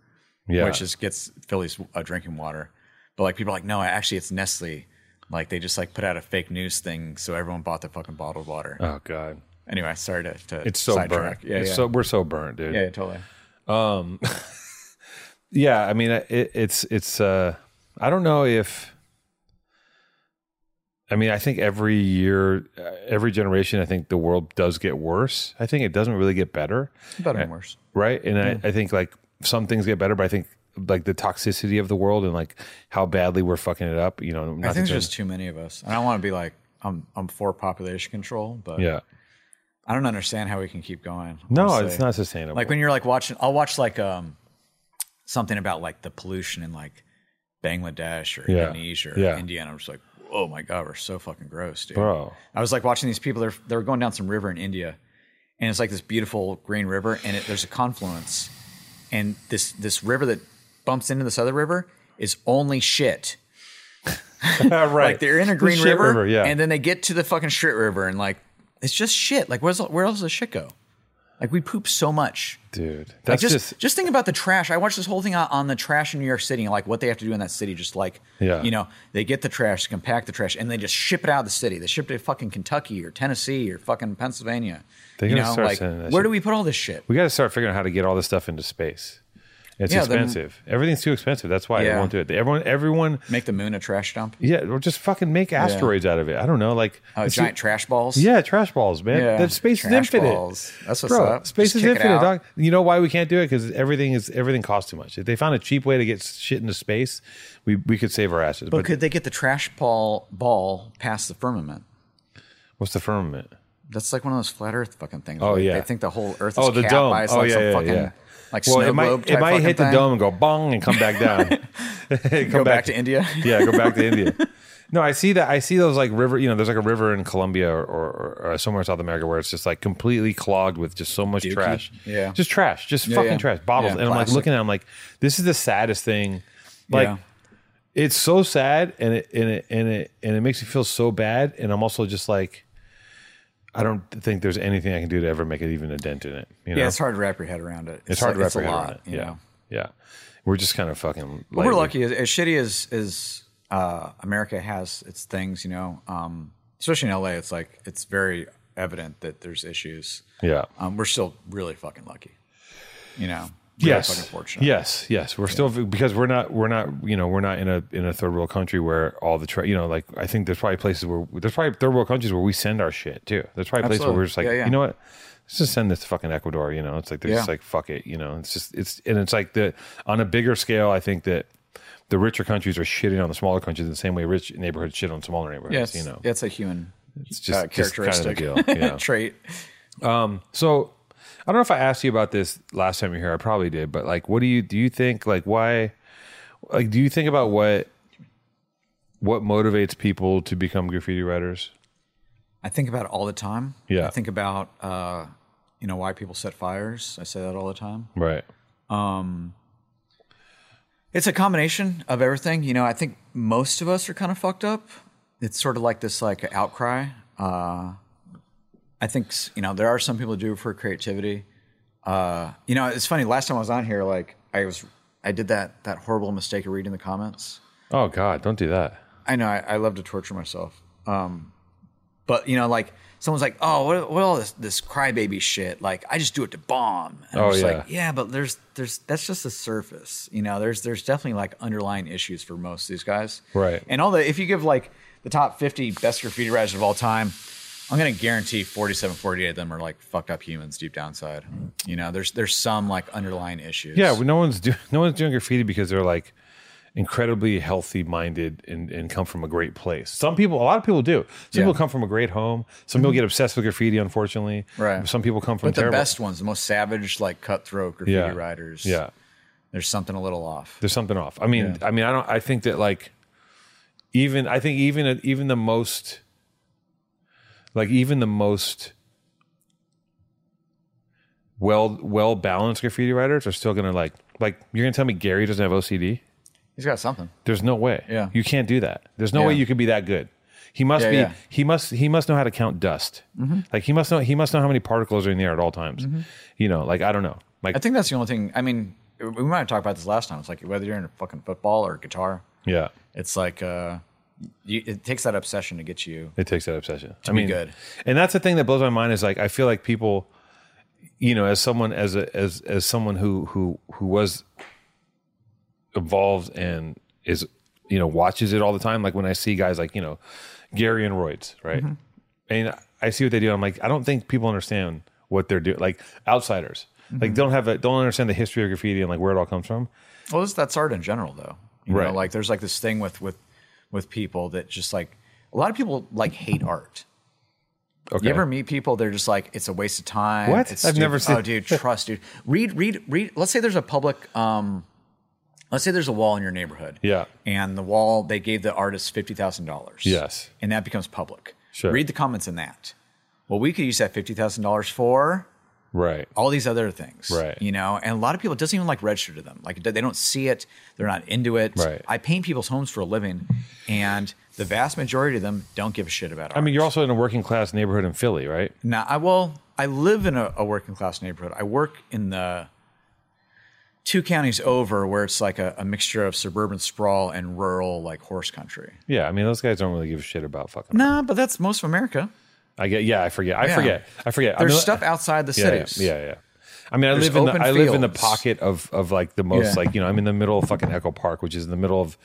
yeah. which just gets Philly's uh, drinking water. But like people are like, no, actually it's Nestle. Like they just like put out a fake news thing, so everyone bought the fucking bottled water. oh God. anyway, sorry to, to It's so burnt. sidetrack. Yeah, it's yeah. so, we're so burnt, dude. yeah, totally. yeah i mean it, it's it's uh i don't know if i mean i think every year uh, every generation i think the world does get worse i think it doesn't really get better Better and worse. right and I, I think like some things get better but i think like the toxicity of the world and like how badly we're fucking it up you know I not think to- there's just too many of us. And I don't want to be like I'm I'm for population control, but yeah I don't understand how we can keep going. no honestly. it's not sustainable like when you're like watching. I'll watch like um something about like the pollution in like Bangladesh or Yeah. Indonesia or Yeah. India, and I'm just like, oh my god, we're so fucking gross, dude. bro I was like watching these people. They're they're going down some river in India, and it's like this beautiful green river, and it, there's a confluence, and this this river that bumps into this other river is only shit. right Like they're in a green shit river, river, yeah and then they get to the fucking shit river, and like it's just shit. Like where's where else does shit go? Like we poop so much. dude. Like That's just, just, just think about the trash. I watched this whole thing on, on the trash in New York City and like what they have to do in that city. Just like Yeah. you know, they get the trash, compact the trash, and they just ship it out of the city. They ship it to fucking Kentucky or Tennessee or fucking Pennsylvania. They you gotta know, start like sending that where shit. do we put all this shit? we got to start figuring out how to get all this stuff into space. It's Yeah, then- expensive. Everything's too expensive. That's why they Yeah. won't do it. Everyone, everyone, Make the moon a trash dump? yeah, or just fucking make asteroids out of it. I don't know, like Uh, it's- giant trash balls? Yeah, trash balls, man. Yeah, That space is trash infinite. balls. That's what's Bro, up. Space Just is kick it infinite. out. Dog. You know why we can't do it? Because everything is everything costs too much. If they found a cheap way to get shit into space, we, we could save our asses. But, But could they get the trash ball ball past the firmament? what's the firmament? That's like one of those flat Earth fucking things. Oh, where yeah. I think the whole Earth is Oh, the capped dome. by it's Oh, like yeah, some yeah, fucking yeah. like Well, snow it might globe it type might fucking hit the thing. dome and go bong and come back down. come Go back to India. yeah, go back to India. No, I see that. I see those like river. You know, there's like a river in Colombia or, or, or somewhere in South America where it's just like completely clogged with just so much trash. Yeah. just trash, just fucking yeah. trash, bottles. Yeah, and I'm like plastic. looking at. it, I'm like, this is the saddest thing. Like, Yeah. it's so sad, and it and it and it and it makes me feel so bad. And I'm also just like, I don't think there's anything I can do to ever make it even a dent in it. You know, Yeah, it's hard to wrap your head around it. It's, It's hard to like- wrap your a head lot, around it. you Yeah, know. yeah. We're just kind of fucking. But we're lightly- lucky. As, as shitty as as uh, America has its things, you know, um, especially in LA, it's like it's very evident that there's issues. Yeah. Um, we're still really fucking lucky. You know. Really yes. Fucking fortunate. Yes, yes. We're still because we're not we're not you know we're not in a in a third world country where all the tra- you know like I think there's probably places where there's probably third world countries where we send our shit too. There's probably places where we're just like Absolutely. Yeah, yeah. you know what. Let's just send this to fucking Ecuador, you know. It's like they're just Yeah. like fuck it, you know. It's just it's and it's like the on a bigger scale. I think that the richer countries are shitting on the smaller countries in the same way rich neighborhoods shit on smaller neighborhoods. Yes. you know, That's a human it's uh, characteristic kind of the deal. Yeah. trait. So I don't know if I asked you about this last time you were here. I probably did, but like, what do you do? You think like why? Like, do you think about what what motivates people to become graffiti writers? I think about it all the time. Yeah. I think about uh, you know why people set fires. I say that all the time. Right. It's a combination of everything. You know, I think most of us are kind of fucked up. It's sort of like this like outcry. Uh, I think s- you know there are some people who do it for creativity. Uh, you know, it's funny. Last time I was on here, like I was, I did that that horrible mistake of reading the comments. Oh God, don't do that. I know I, I love to torture myself. Um, but you know, like someone's like, "Oh, what, what all this this crybaby shit?" Like, I just do it to bomb. And Oh, I'm just yeah. like, yeah, but there's there's that's just the surface. You know, there's there's definitely like underlying issues for most of these guys. Right. And all the if you give like the top 50 best graffiti writers of all time, I'm gonna guarantee 47, 48 of them are like fucked up humans deep down inside. You know, there's there's some like underlying issues. Yeah, well, no one's doing no one's doing graffiti because they're like incredibly healthy minded and, and come from a great place. Some people, a lot of people do. Some Yeah. people come from a great home. Some people get obsessed with graffiti, unfortunately. Right. Some people come from But the terrible. best ones, the most savage, like cutthroat graffiti yeah. writers. Yeah. There's something a little off. there's something off. I mean, I mean, I don't. I think that like even I think even even the most like even the most well well balanced graffiti writers are still gonna like like you're gonna tell me Gary doesn't have OCD? He's got something. There's no way. Yeah. you can't do that. There's no Yeah. way you could be that good. He must Yeah, Mm-hmm. be. yeah. He must. He must know how to count dust. Like he must know. He must know how many particles are in the air at all times. You know. Like I don't know. Like I think Mm-hmm. that's the only thing. I mean, we might have talked about this last time. It's like whether you're into fucking football or guitar, yeah. it's like uh, you, it takes that obsession to get you. It takes that obsession. I be mean, good. And that's the thing that blows my mind is like I feel like people, you know, as someone as a, as as someone who who who was involved and is you know watches it all the time. Like when I see guys like you know Gary and Royds, right? Mm-hmm. And I see what they do. I'm like, I don't think people understand what they're doing. Like outsiders, Mm-hmm. like don't have a, don't understand the history of graffiti and like where it all comes from. Well, it's, that's art in general, though. You Right. Know, like there's like this thing with with with people that just like a lot of people like hate art. Okay, You ever meet people? They're just like it's a waste of time. What? It's I've never stupid." seen- Oh, dude, trust, dude. Read, read, read. Let's say there's a public. um Let's say there's a wall in your neighborhood. Yeah. And the wall they gave the artist fifty thousand dollars. Yes. And that becomes public. Sure. Read the comments in that. Well, we could use that fifty thousand dollars for right? all these other things. Right. You know, and a lot of people, it doesn't even like register to them. Like it- they don't see it. They're not into it. Right. I paint people's homes for a living and the vast majority of them don't give a shit about art. I mean, you're also in a working class neighborhood in Philly, right? Now, I will. I live in a, a working class neighborhood. I work in the two counties over where it's like a, a mixture of suburban sprawl and rural like horse country. Yeah, I mean those guys don't really give a shit about fucking. Nah, but that's most of America. I get. Yeah, I forget. I Yeah. forget. I forget. I There's mean, stuff outside the Yeah, yeah, cities. yeah, yeah. I mean, I There's live in the open I live in the fields. pocket of of like the most Yeah. like you know I'm in the middle of fucking Echo Park, which is in the middle of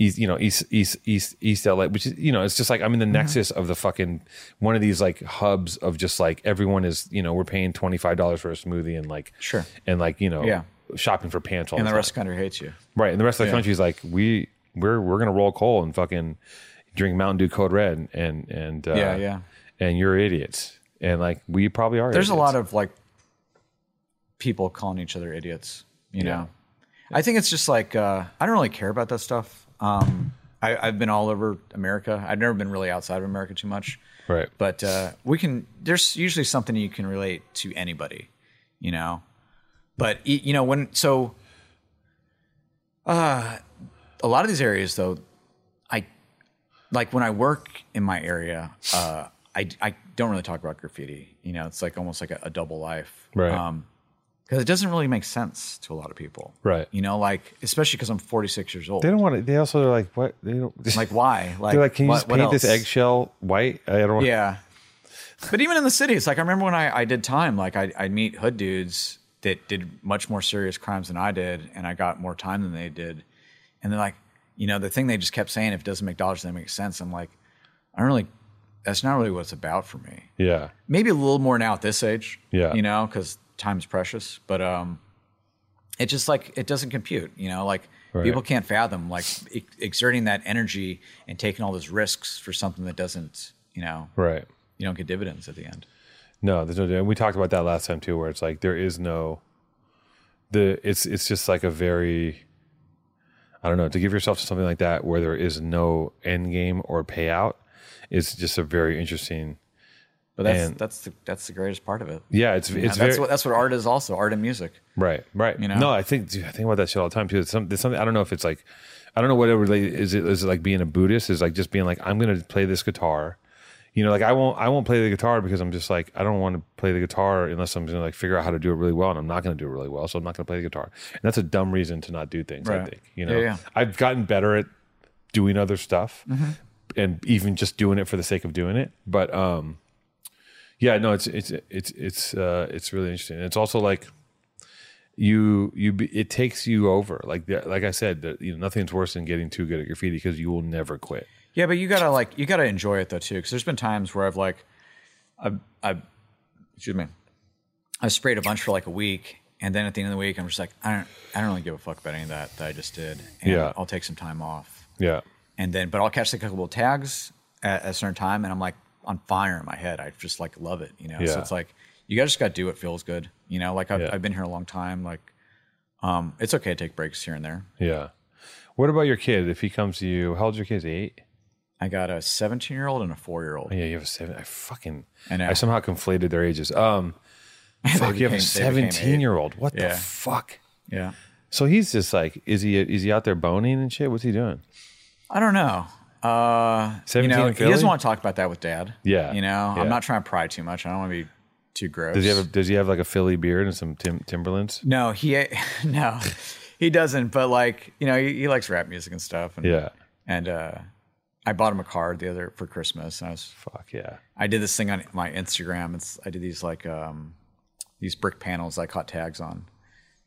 east you know east east east east LA, which is you know it's just like I'm in the nexus of the fucking one of these like hubs of just like everyone is you know we're paying twenty five dollars for a smoothie and like Sure. and like you know Yeah. shopping for pants all And the the time. rest of the country hates you. Right. And the rest of the country's like, we we're we're gonna roll coal and fucking drink Mountain Dew Code Red and and, and uh, Yeah, yeah. And you're idiots. And like we probably are. There's a lot of like people calling each other idiots, you know. I think it's just like uh, I don't really care about that stuff. Um, I, I've been all over America. I've never been really outside of America too much. Right. But uh, we can. There's usually something you can relate to anybody, you know. But y- you know when so. Uh, a lot of these areas though, I like when I work in my area, uh, I I don't really talk about graffiti. You know, it's like almost like a, a double life, Right. because it doesn't really make sense to a lot of people, Right. You know, like especially because I'm 46 years old. they don't want to they also are like what they don't like why? Like, they're like, Can you what- just what paint this else? eggshell white? I don't want Yeah. But even in the cities, like I remember when I, I did time, like I, I'd meet hood dudes that did much more serious crimes than I did, and I got more time than they did. And they're like, you know, the thing they just kept saying, if it doesn't make dollars, then it makes sense. I'm like, I don't really, that's not really what it's about for me. Yeah. Maybe a little more now at this age. Yeah. You know, because time's precious. But um, it just like, it doesn't compute, you know, like Right. people can't fathom like e- exerting that energy and taking all those risks for something that doesn't, you know, Right. you don't get dividends at the end. No, there's no and we talked about that last time too, where it's like there is no the it's it's just like a very I don't know, to give yourself to something like that where there is no end game or payout is just a very interesting But that's And- that's the that's the greatest part of it. Yeah, it's And it's that's very, what that's what art is also art and music. right, right. you know? No, I think dude, I think about that shit all the time too. It's some, there's something I don't know if it's like I don't know what it related is. It is it like being a Buddhist is like just being like I'm gonna play this guitar. You know, like I won't I won't play the guitar because I'm just like I don't want to play the guitar unless I'm gonna like figure out how to do it really well, and I'm not gonna do it really well, so I'm not gonna play the guitar. And that's a dumb reason to not do things. I Right. think you know Yeah, Mm-hmm. yeah. I've gotten better at doing other stuff and even just doing it for the sake of doing it. But um yeah, no, it's it's it's it's uh it's really interesting. It's also like you you be, it takes you over. Like the, like I said, the, you know, nothing's worse than getting too good at graffiti because you will never quit. Yeah, but you gotta like you gotta enjoy it though too, because there's been times where I've like, I I excuse me, I sprayed a bunch for like a week, and then at the end of the week, I'm just like, I don't I don't really give a fuck about any of that that I just did. And Yeah. I'll take some time off, Yeah. and then but I'll catch like a couple of tags at a certain time, and I'm like on fire in my head. I just like love it, you know. Yeah. So it's like you gotta just gotta do what feels good, you know. Like I've, Yeah. I've been here a long time, like. Um, it's okay to take breaks here and there. Yeah. What about your kid? If he comes to you, how old's your kid? Eight? I got a 17 year old and a four year old. Yeah, you have a seven. I fucking I, I know. somehow conflated their ages. Um fuck, you have a became- they became eight. seventeen year old. What the Yeah. fuck? Yeah. So he's just like, is he is he out there boning and shit? What's he doing? I don't know. Uh, 17 you know, in he doesn't Philly? want to talk about that with dad. Yeah. You know, Yeah. I'm not trying to pry too much. I don't want to be too gross. Does he have a, does he have like a Philly beard and some tim- Timberlands? no, he, no, he doesn't. But like, you know, he, he likes rap music and stuff. And, Yeah. And, uh, I bought him a card the other for Christmas. And I was, Fuck yeah. I did this thing on my Instagram. It's, I did these like, um, these brick panels I caught tags on.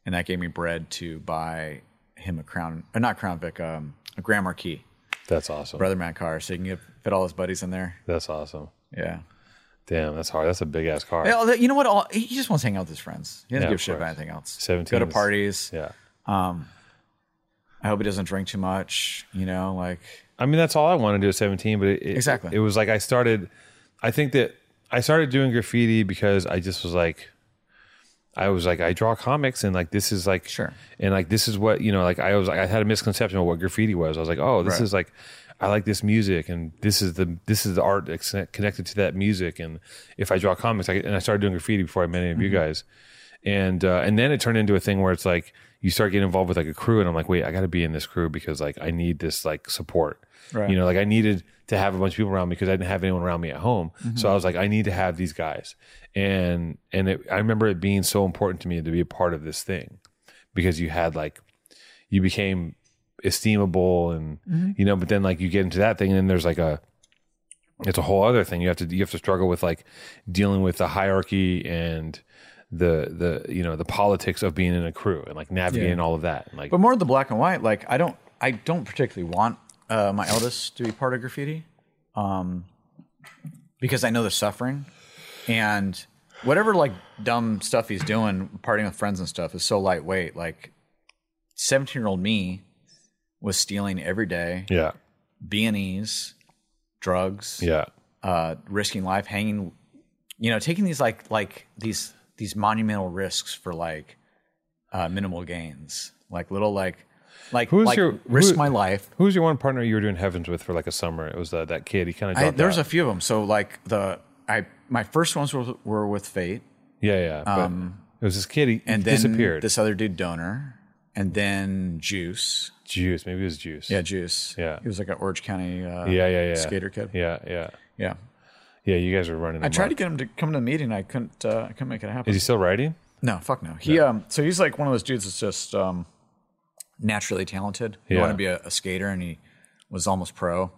And that gave me bread to buy him a crown, or not crown Vic, um, a Grand Marquis. That's awesome. Brother Man car, so you can get, fit all his buddies in there. That's awesome. Yeah. Damn, that's hard. That's a big ass car. Yeah, although, you know what? All, he just wants to hang out with his friends. He doesn't Yeah, give a of shit about course. anything else. 17 Go to is- parties. Yeah. I hope he doesn't drink too much. You know, like I mean, that's all I wanted to do at 17, but it, it- Exactly. It was like I started, I think that I started doing graffiti because I just was like, I was like, I draw comics and like this is like, Sure. And like this is what, you know, like I was like, I had a misconception of what graffiti was. I was like, oh, this Right. is like, I like this music and this is the this is the art that's connect- connected to that music and if I draw Mm-hmm. comics I, and I started doing graffiti before I met any of you guys and uh, and then it turned into a thing where it's like you start getting involved with like a crew, and I'm like, wait, I got to be in this crew because like I need this like support. Right. You know, like I needed to have a bunch of people around me because I didn't have anyone around me at home. Mm-hmm. So I was like, I need to have these guys, and and it, I remember it being so important to me to be a part of this thing because you had like you became esteemable and Mm-hmm. you know but then like you get into that thing and then there's like a it's a whole other thing you have to you have to struggle with like dealing with the hierarchy and the the you know the politics of being in a crew and like navigating all of that and like But more of the black and white, like I don't, I don't particularly want uh, my eldest to be part of graffiti, um, because I know the suffering, and whatever like dumb stuff he's doing, partying with friends and stuff, is so lightweight. Like seventeen year old me was stealing every day, yeah B and E's, drugs, yeah uh, risking life, hanging, you know, taking these like like these these monumental risks for like uh, minimal gains, like little like like Who's like your- risk who- my life. who was your one partner you were doing heavens with for like a summer it was uh, that kid he kind of I, there's a few of them. So like the I my first ones were, were with Fate, yeah yeah but it was this kid he, um, and he then disappeared this other dude Donor, and then Juice. juice maybe it was juice Yeah, Juice. Yeah. he was like an Orange County. Uh, yeah yeah yeah Skater kid. yeah yeah yeah. yeah you guys were running I tried to get him to come to the meeting. I couldn't. Uh, I couldn't make it happen. is he still writing No, fuck no. He um so he's like one of those dudes that's just um naturally talented. He Yeah. wanted to be a, a skater and he was almost pro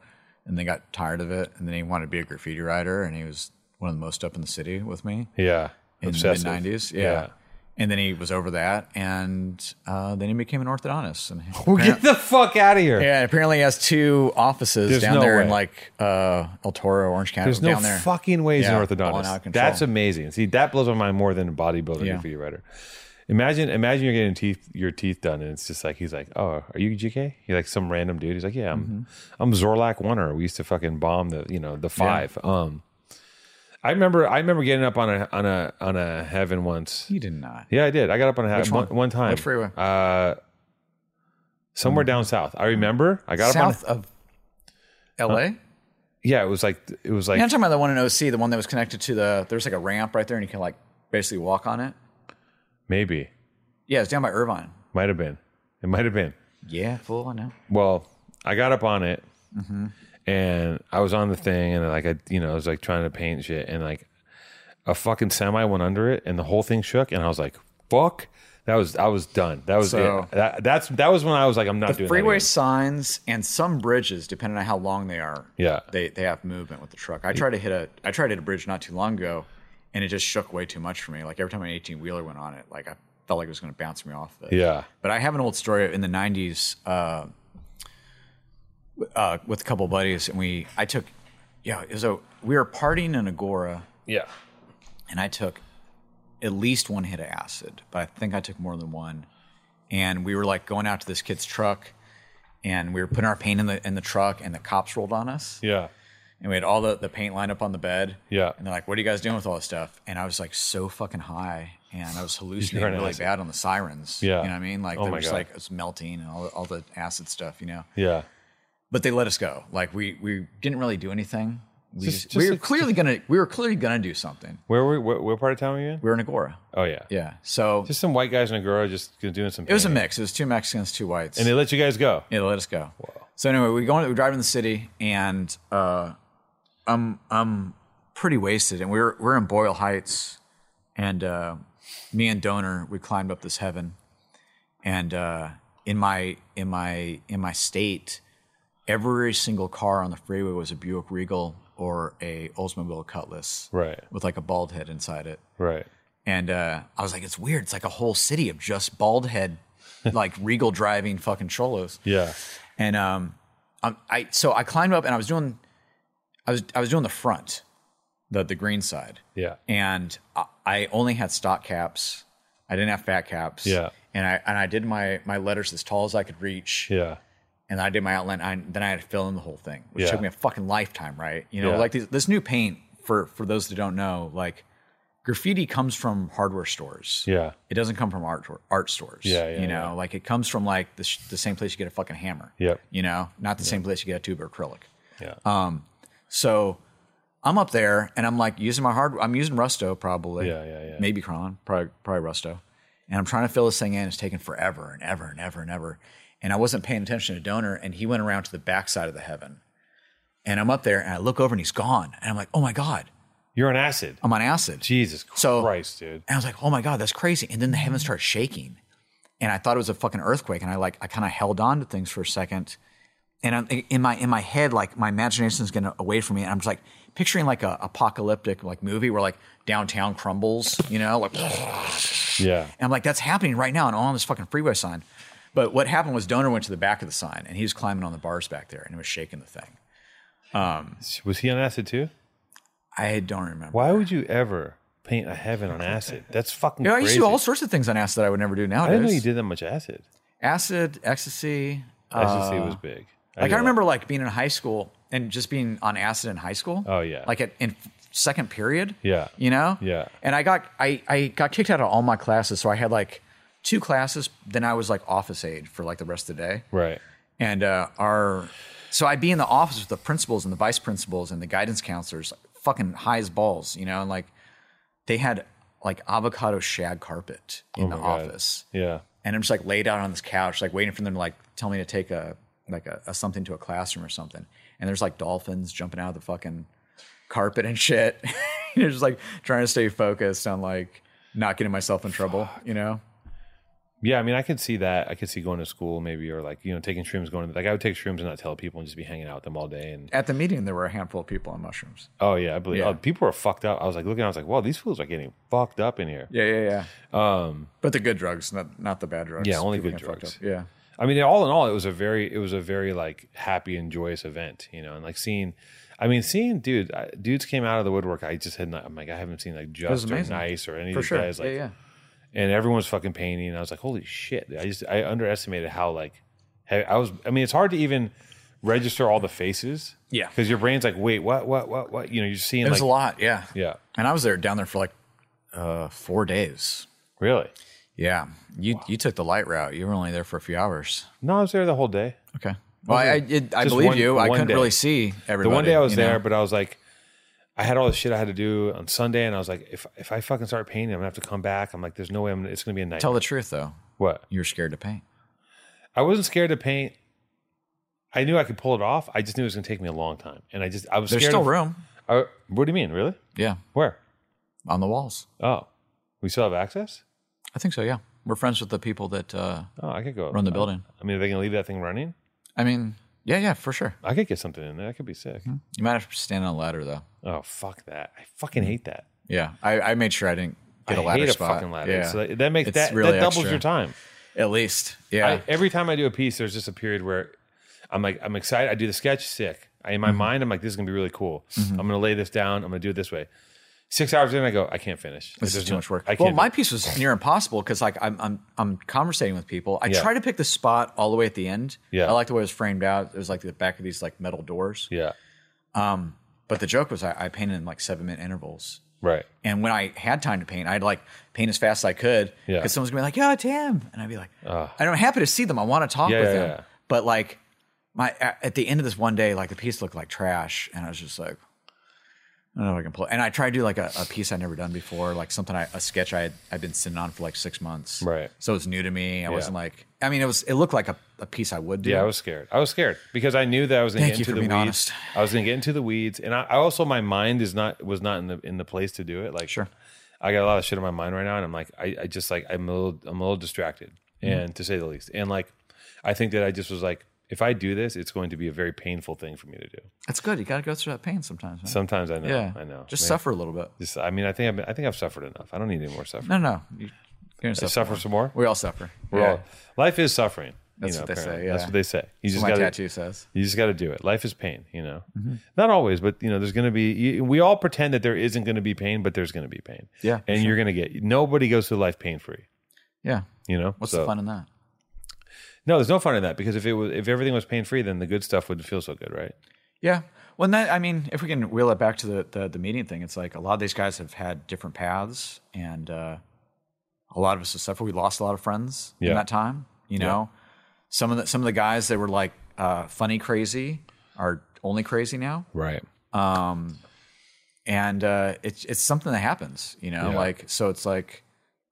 and then got tired of it and then he wanted to be a graffiti writer and he was one of the most up in the city with me Yeah. in Obsessive. the mid 90s. Yeah. Yeah. And then he was over that and uh, then he became an orthodontist and Well, get the fuck out of here. yeah, apparently he has two offices There's down no there in way. like uh, El Toro, Orange County. There's no down there. fucking ways Yeah, in blowing out of orthodontist. control. That's amazing. See, that blows my mind more than a bodybuilder Yeah. graffiti writer. Imagine, imagine you're getting teeth, your teeth done, and it's just like he's like, "Oh, are you GK?" You're like some random dude. He's like, "Yeah, I'm, Mm-hmm. I'm Zorlak Warner. We used to fucking bomb the, you know, the five. Um, I remember, I remember getting up on a on a on a heaven once. He did not. Yeah, I did. I got up on a Which heaven one, one? one time. Which freeway? Mm. Uh, somewhere down south. I remember. I got up on. South of LA? Yeah, it was like it was like Yeah, I'm talking about the one in OC, the one that was connected to the. There's like a ramp right there, and you can like basically walk on it. Maybe. Yeah, it's down by Irvine. Might have been. It might have been. Yeah, fool, I know. Well, I got up on it Mm-hmm. and I was on the thing and like I you know, I was like trying to paint shit and like a fucking semi went under it and the whole thing shook and I was like, fuck. That was I was done. That was So- it. That, that's that was when I was like, I'm not doing that Freeway again. signs and some bridges, depending on how long they are. Yeah. they they have movement with the truck. I tried to hit a I tried to hit a bridge not too long ago, and it just shook way too much for me. Like every time an 18 wheeler went on it, like I felt like it was going to bounce me off. Of it. Yeah. But I have an old story in the 90s uh, w- uh, with a couple buddies, and we I took yeah, it was a we were partying in Agora. Yeah. and I took at least one hit of acid, but I think I took more than one. And we were like going out to this kid's truck, and we were putting our paint in the in the truck, and the cops rolled on us, Yeah. and we had all the, the paint lined up on the bed. Yeah. and they're like, "What are you guys doing with all this stuff?" And I was like, so fucking high, and I was You're an hallucinating really acid. bad on the sirens. Yeah. you know what I mean? Like, Oh they my were just God. like it's melting and all all the acid stuff, you know Yeah. but they let us go. Like we we didn't really do anything. We, Just- just, just we were like- clearly gonna we were clearly gonna do something. Where were where, where part of town were you in? We were in Agora. Oh yeah. Yeah. So Just some white guys in a garage just doing some it was a mix. It was two Mexicans, two whites. and they let you guys go. Yeah, they let us go. So anyway, we go. We drive in the city, and uh, I'm I'm pretty wasted, and we're we're in Boyle Heights, and uh, me and Donor we climbed up this heaven, and uh, in my in my in my state, every single car on the freeway was a Buick Regal or a Oldsmobile Cutlass, Right. with like a bald head inside it. Right. And uh, I was like, it's weird. It's like a whole city of just bald head, like regal driving fucking cholos. Yeah. And um, I, I so I climbed up and I was doing, I was I was doing the front, the the green side, Yeah. and I, I only had stock caps. I didn't have fat caps. Yeah. And I and I did my my letters as tall as I could reach, Yeah. and I did my outline. I, then I had to fill in the whole thing, which Yeah. took me a fucking lifetime, right? You know, Yeah. like these, this new paint for for those that don't know, like graffiti comes from hardware stores Yeah. it doesn't come from art art stores. Yeah, yeah, you know, yeah. like it comes from like the, sh- the same place you get a fucking hammer. Yep. You know, not the same place you get a tube of acrylic. Um, Yeah. So I'm up there and I'm like using my hard. I'm using Rusto probably. Yeah, yeah, yeah. Maybe Kron, probably probably Rusto, and I'm trying to fill this thing in. It's taking forever and ever and ever and ever. And I wasn't paying attention to Donor, and he went around to the backside of the heaven. And I'm up there, and I look over, and he's gone. And I'm like, oh my god, You're on acid. I'm on acid. Jesus So- Christ, dude. And I was like, oh my God, that's crazy. And then the Mm. heavens started shaking. And I thought it was a fucking earthquake. And I like, I kind of held on to things for a second. And I'm, in my in my head, like my imagination's getting away from me. And I'm just like picturing like a apocalyptic like movie where like downtown crumbles, you know, like Yeah. and I'm like, that's happening right now, and all on this fucking freeway sign. But what happened was Donor went to the back of the sign and he was climbing on the bars back there and it was shaking the thing. Was he on acid too? I don't remember. Why would you ever paint a heaven on acid? That's fucking You know, I crazy. used to do all sorts of things on acid that I would never do I nowadays. didn't know you did that much acid. Acid, ecstasy, Ecstasy was big. Uh, Like I did remember like being in high school and just being on acid in high school. Oh, yeah. Like at in second period. Yeah. You know? Yeah. And I got I, I got kicked out of all my classes. So I had like two classes, then I was like office aide for like the rest of the day. that. Right. And uh our so I'd be in the office with the principals and the vice principals and the guidance counselors, fucking high as balls, you know, and like they had like avocado shag carpet in the Oh God. office Yeah. and I'm just like laid out on this couch, like waiting for them to like tell me to take a like a, a something to a classroom or something. And there's like dolphins jumping out of the fucking carpet and shit. You're just like trying to stay focused on like not getting myself in trouble, you know? Yeah, I mean, I could see that. I could see going to school maybe, or like you know, taking shrooms. Going to, like I would take shrooms and not tell people and just be hanging out with them all day. And At the meeting, there were a handful of people on mushrooms. oh yeah, I believe Yeah. oh, people are fucked up. I was like looking, I was like, wow, these fools are getting fucked up in here. Yeah, yeah, yeah. Um, but the good drugs, not not the bad drugs. Yeah, only People good get fucked drugs. up. Yeah. I mean, all in all, it was a very, it was a very like happy and joyous event, you know, and like seeing. I mean, seeing dude, I, dudes came out of the woodwork. I just had not. I'm like, I haven't seen like was Just or amazing. Nice or any of For these sure. guys. Like, yeah, yeah. and everyone was fucking painting. And I was like, holy shit! I just I underestimated how like he- I was. I mean, it's hard to even register all the faces. Yeah. because your brain's like, wait, what, what, what, what? You know, you're seeing It like, was a lot, yeah. yeah, And I was there down there for like uh four days. really. Yeah. You you took the light route. You were only there for a few hours. No, I was there the whole day. Okay. Well, I I, it, I Just believe one- you. I one couldn't day. really see The everybody. one day I was you know? there, but I was like, I had all this shit I had to do on Sunday, and I was like, if if I fucking start painting, I'm gonna have to come back. I'm like, there's no way. I'm gonna, it's gonna be a night. Tell the truth though, what? you were scared to paint. I wasn't scared to paint. I knew I could pull it off. I just knew it was gonna take me a long time, and I just I was There's scared. still of- room. I- what do you mean, really? Yeah, Where? on the walls. Oh, we still have access? I think so. Yeah, we're friends with the people that. Uh, Oh, I could go Run the building. I mean, are they gonna leave that thing running? I mean, yeah, yeah, for sure. I could get something in there. That could be sick. You might have to stand on a ladder though. Oh, fuck that! I fucking hate that. Yeah, I, I made sure I didn't get a I ladder hate spot. a fucking ladder. Yeah, So that, that makes It's that really that doubles extra. your time. at least. Yeah, I, every time I do a piece, there's just a period where I'm like, I'm excited. I do the sketch, sick. I, in my Mm-hmm. mind, I'm like, this is gonna be really cool. I'm gonna lay this down. I'm gonna do it this way. Six hours in, I go, I can't finish. This There's is too no- much work. I can't. well, do my it. piece was near impossible because like I'm I'm I'm conversating with people. I Yeah. try to pick the spot all the way at the end. Yeah. I like the way it was framed out. It was like the back of these like metal doors. yeah, But the joke was I, I painted in like seven minute intervals. right. And when I had time to paint, I'd like paint as fast as I could. Yeah. Uh. Because someone's gonna be like, "Yeah, Tim," and I'd be like, "I don't happy to see them. I want to talk Yeah, with yeah, them." yeah. But like, my at at the end of this one day, like the piece looked like trash, and I was just like, "I don't know if I can pull." it." And I tried to do like a, a piece I'd never done before, like something I, a sketch I had I'd been sitting on for like six months. Right. So it's new to me. I wasn't like, I mean, it was it looked like a, a piece I would do. Yeah, I was scared. I was scared because I knew that I was going to Thank get you into for the being weeds. honest. I was going to get into the weeds, and I, I also my mind is not was not in the in the place to do it. Like, Sure. I got a lot of shit on my mind right now, and I'm like, I, I just like I'm a little I'm a little distracted, Mm-hmm. and to say the least. And like, I think that I just was like, if I do this, it's going to be a very painful thing for me to do. That's good. You got to go through that pain sometimes. Man. Sometimes I know, yeah, I know. Just Man, suffer a little bit. Just, I mean, I think I've been, I think I've suffered enough. I don't need any more suffering. No, no. You- You're gonna I suffer. suffer some more. We all suffer. We're Yeah. all life is suffering. you That's know, what they say, apparently. yeah. That's what they say. You just my got to tattoo says. You just got to do it. Life is pain, you know. Mm-hmm. Not always, but you know, there's going to be. you- We all pretend that there isn't going to be pain, but there's going to be pain. Yeah, and you're going to get. Nobody goes through life pain free. Yeah. You know. What's So- the fun in that? No, there's no fun in that because if it was, if everything was pain free, then the good stuff wouldn't feel so good, right? Yeah. Well, and that I mean, if we can wheel it back to the, the the meeting thing, it's like a lot of these guys have had different paths, and uh, a lot of us have suffered. We lost a lot of friends Yeah. in that time. You know, some of the some of the guys that were like uh, funny crazy are only crazy now. Right. and uh, it's it's something that happens, you know. Yeah. Like so, it's like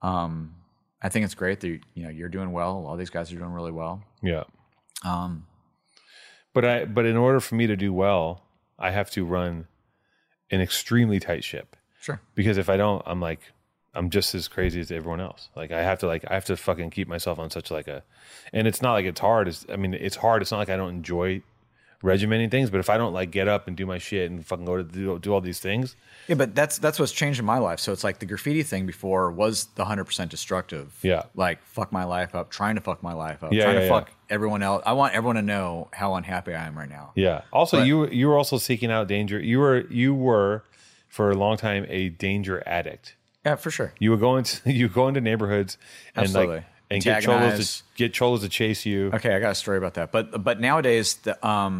um, I think it's great that you know you're doing well. All these guys are doing really well. Yeah. Um, But I but in order for me to do well, I have to run an extremely tight ship. sure. Because if I don't, I'm like I'm just as crazy as everyone else. Like I have to like I have to fucking keep myself on such like a and it's not like it's hard. It's I mean it's hard. It's not like I don't enjoy regimenting things, but if I don't like get up and do my shit and fucking go to do, do all these things, Yeah, but that's that's what's changed in my life. So it's like the graffiti thing before was the hundred percent destructive. Yeah. like fuck my life up, trying to fuck my life up, Yeah, trying yeah, to yeah. fuck everyone else. I want everyone to know how unhappy I am right now. Yeah. Also, But- you you were also seeking out danger. You were you were for a long time a danger addict. yeah for sure. You would go into you would go into neighborhoods and like Absolutely. and get cholos Antagonize. to get cholos to chase you. Okay, I got a story about that. But but nowadays the um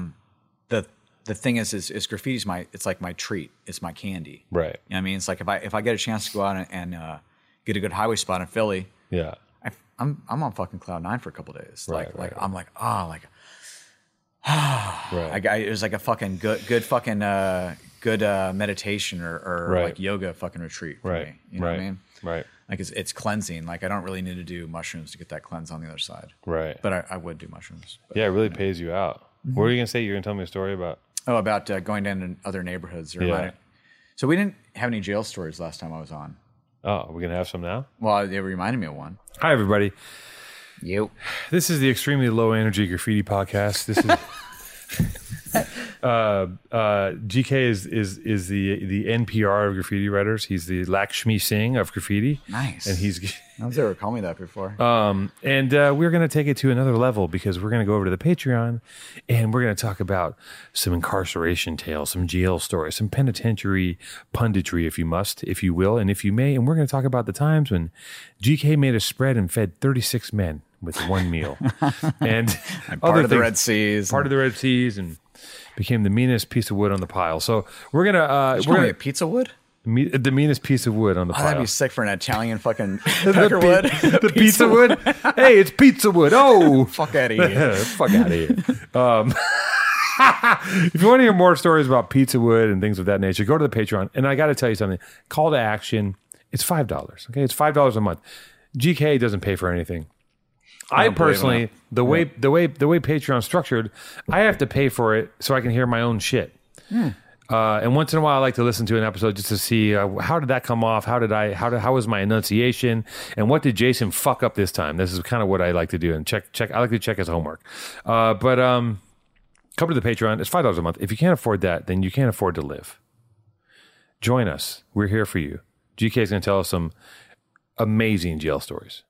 the the thing is is, is graffiti's my it's like my treat. It's my candy. Right. You know what I mean, it's like if I if I get a chance to go out and, and uh, get a good highway spot in Philly, Yeah. I, I'm I'm on fucking cloud nine for a couple days. Right, like right, like right. I'm like ah like Right. I, I, it was like a fucking good good fucking uh, good uh, meditation or, or Right. like yoga fucking retreat for right. me. You know right. what I mean? Right. Like it's it's cleansing. Like I don't really need to do mushrooms to get that cleanse on the other side. Right. But I, I would do mushrooms. But- yeah, it really pays you out. What are you gonna say? You're gonna tell me a story about Oh, about uh, going down in other neighborhoods. Or Yeah. yeah. So we didn't have any jail stories last time I was on. Oh, we're gonna have some now? Well, it reminded me of one. Hi everybody. You. This is the extremely low energy graffiti podcast. This is uh, uh, GK is is is the the NPR of graffiti writers. He's the Lakshmi Singh of graffiti. Nice. And he's I was ever call me that before. um and uh, we're gonna take it to another level because we're gonna go over to the Patreon and we're gonna talk about some incarceration tales, some jail stories, some penitentiary punditry, if you must, if you will, and if you may. And we're gonna talk about the times when GK made a spread and fed thirty six men with one meal and part other of the things- Red Seas. part of the Red Seas and became the meanest piece of wood on the pile. So we're gonna uh, Call we're me gonna a pizza wood? me, the meanest piece of wood on the Oh, pile. that'd be sick for an Italian fucking the, pi- peckerwood. the pizza, wood. hey, it's pizza wood. Oh, Fuck out of here. fuck out of here. Um, if you want to hear more stories about pizza wood and things of that nature, go to the Patreon. And I got to tell you something. Call to action. It's five dollars. Okay, it's five dollars a month. GK doesn't pay for anything. I, don't believe in personally, the way the way the way Patreon's structured, I have to pay for it so I can hear my own shit. Hmm. Uh, and once in a while, I like to listen to an episode just to see uh, how did that come off. How did I? How did, how was my enunciation? And what did Jason fuck up this time? This is kind of what I like to do and check check. I like to check his homework. Uh, but um, come to the Patreon. It's five dollars a month. If you can't afford that, then you can't afford to live. Join us. We're here for you. GK is going to tell us some amazing jail stories.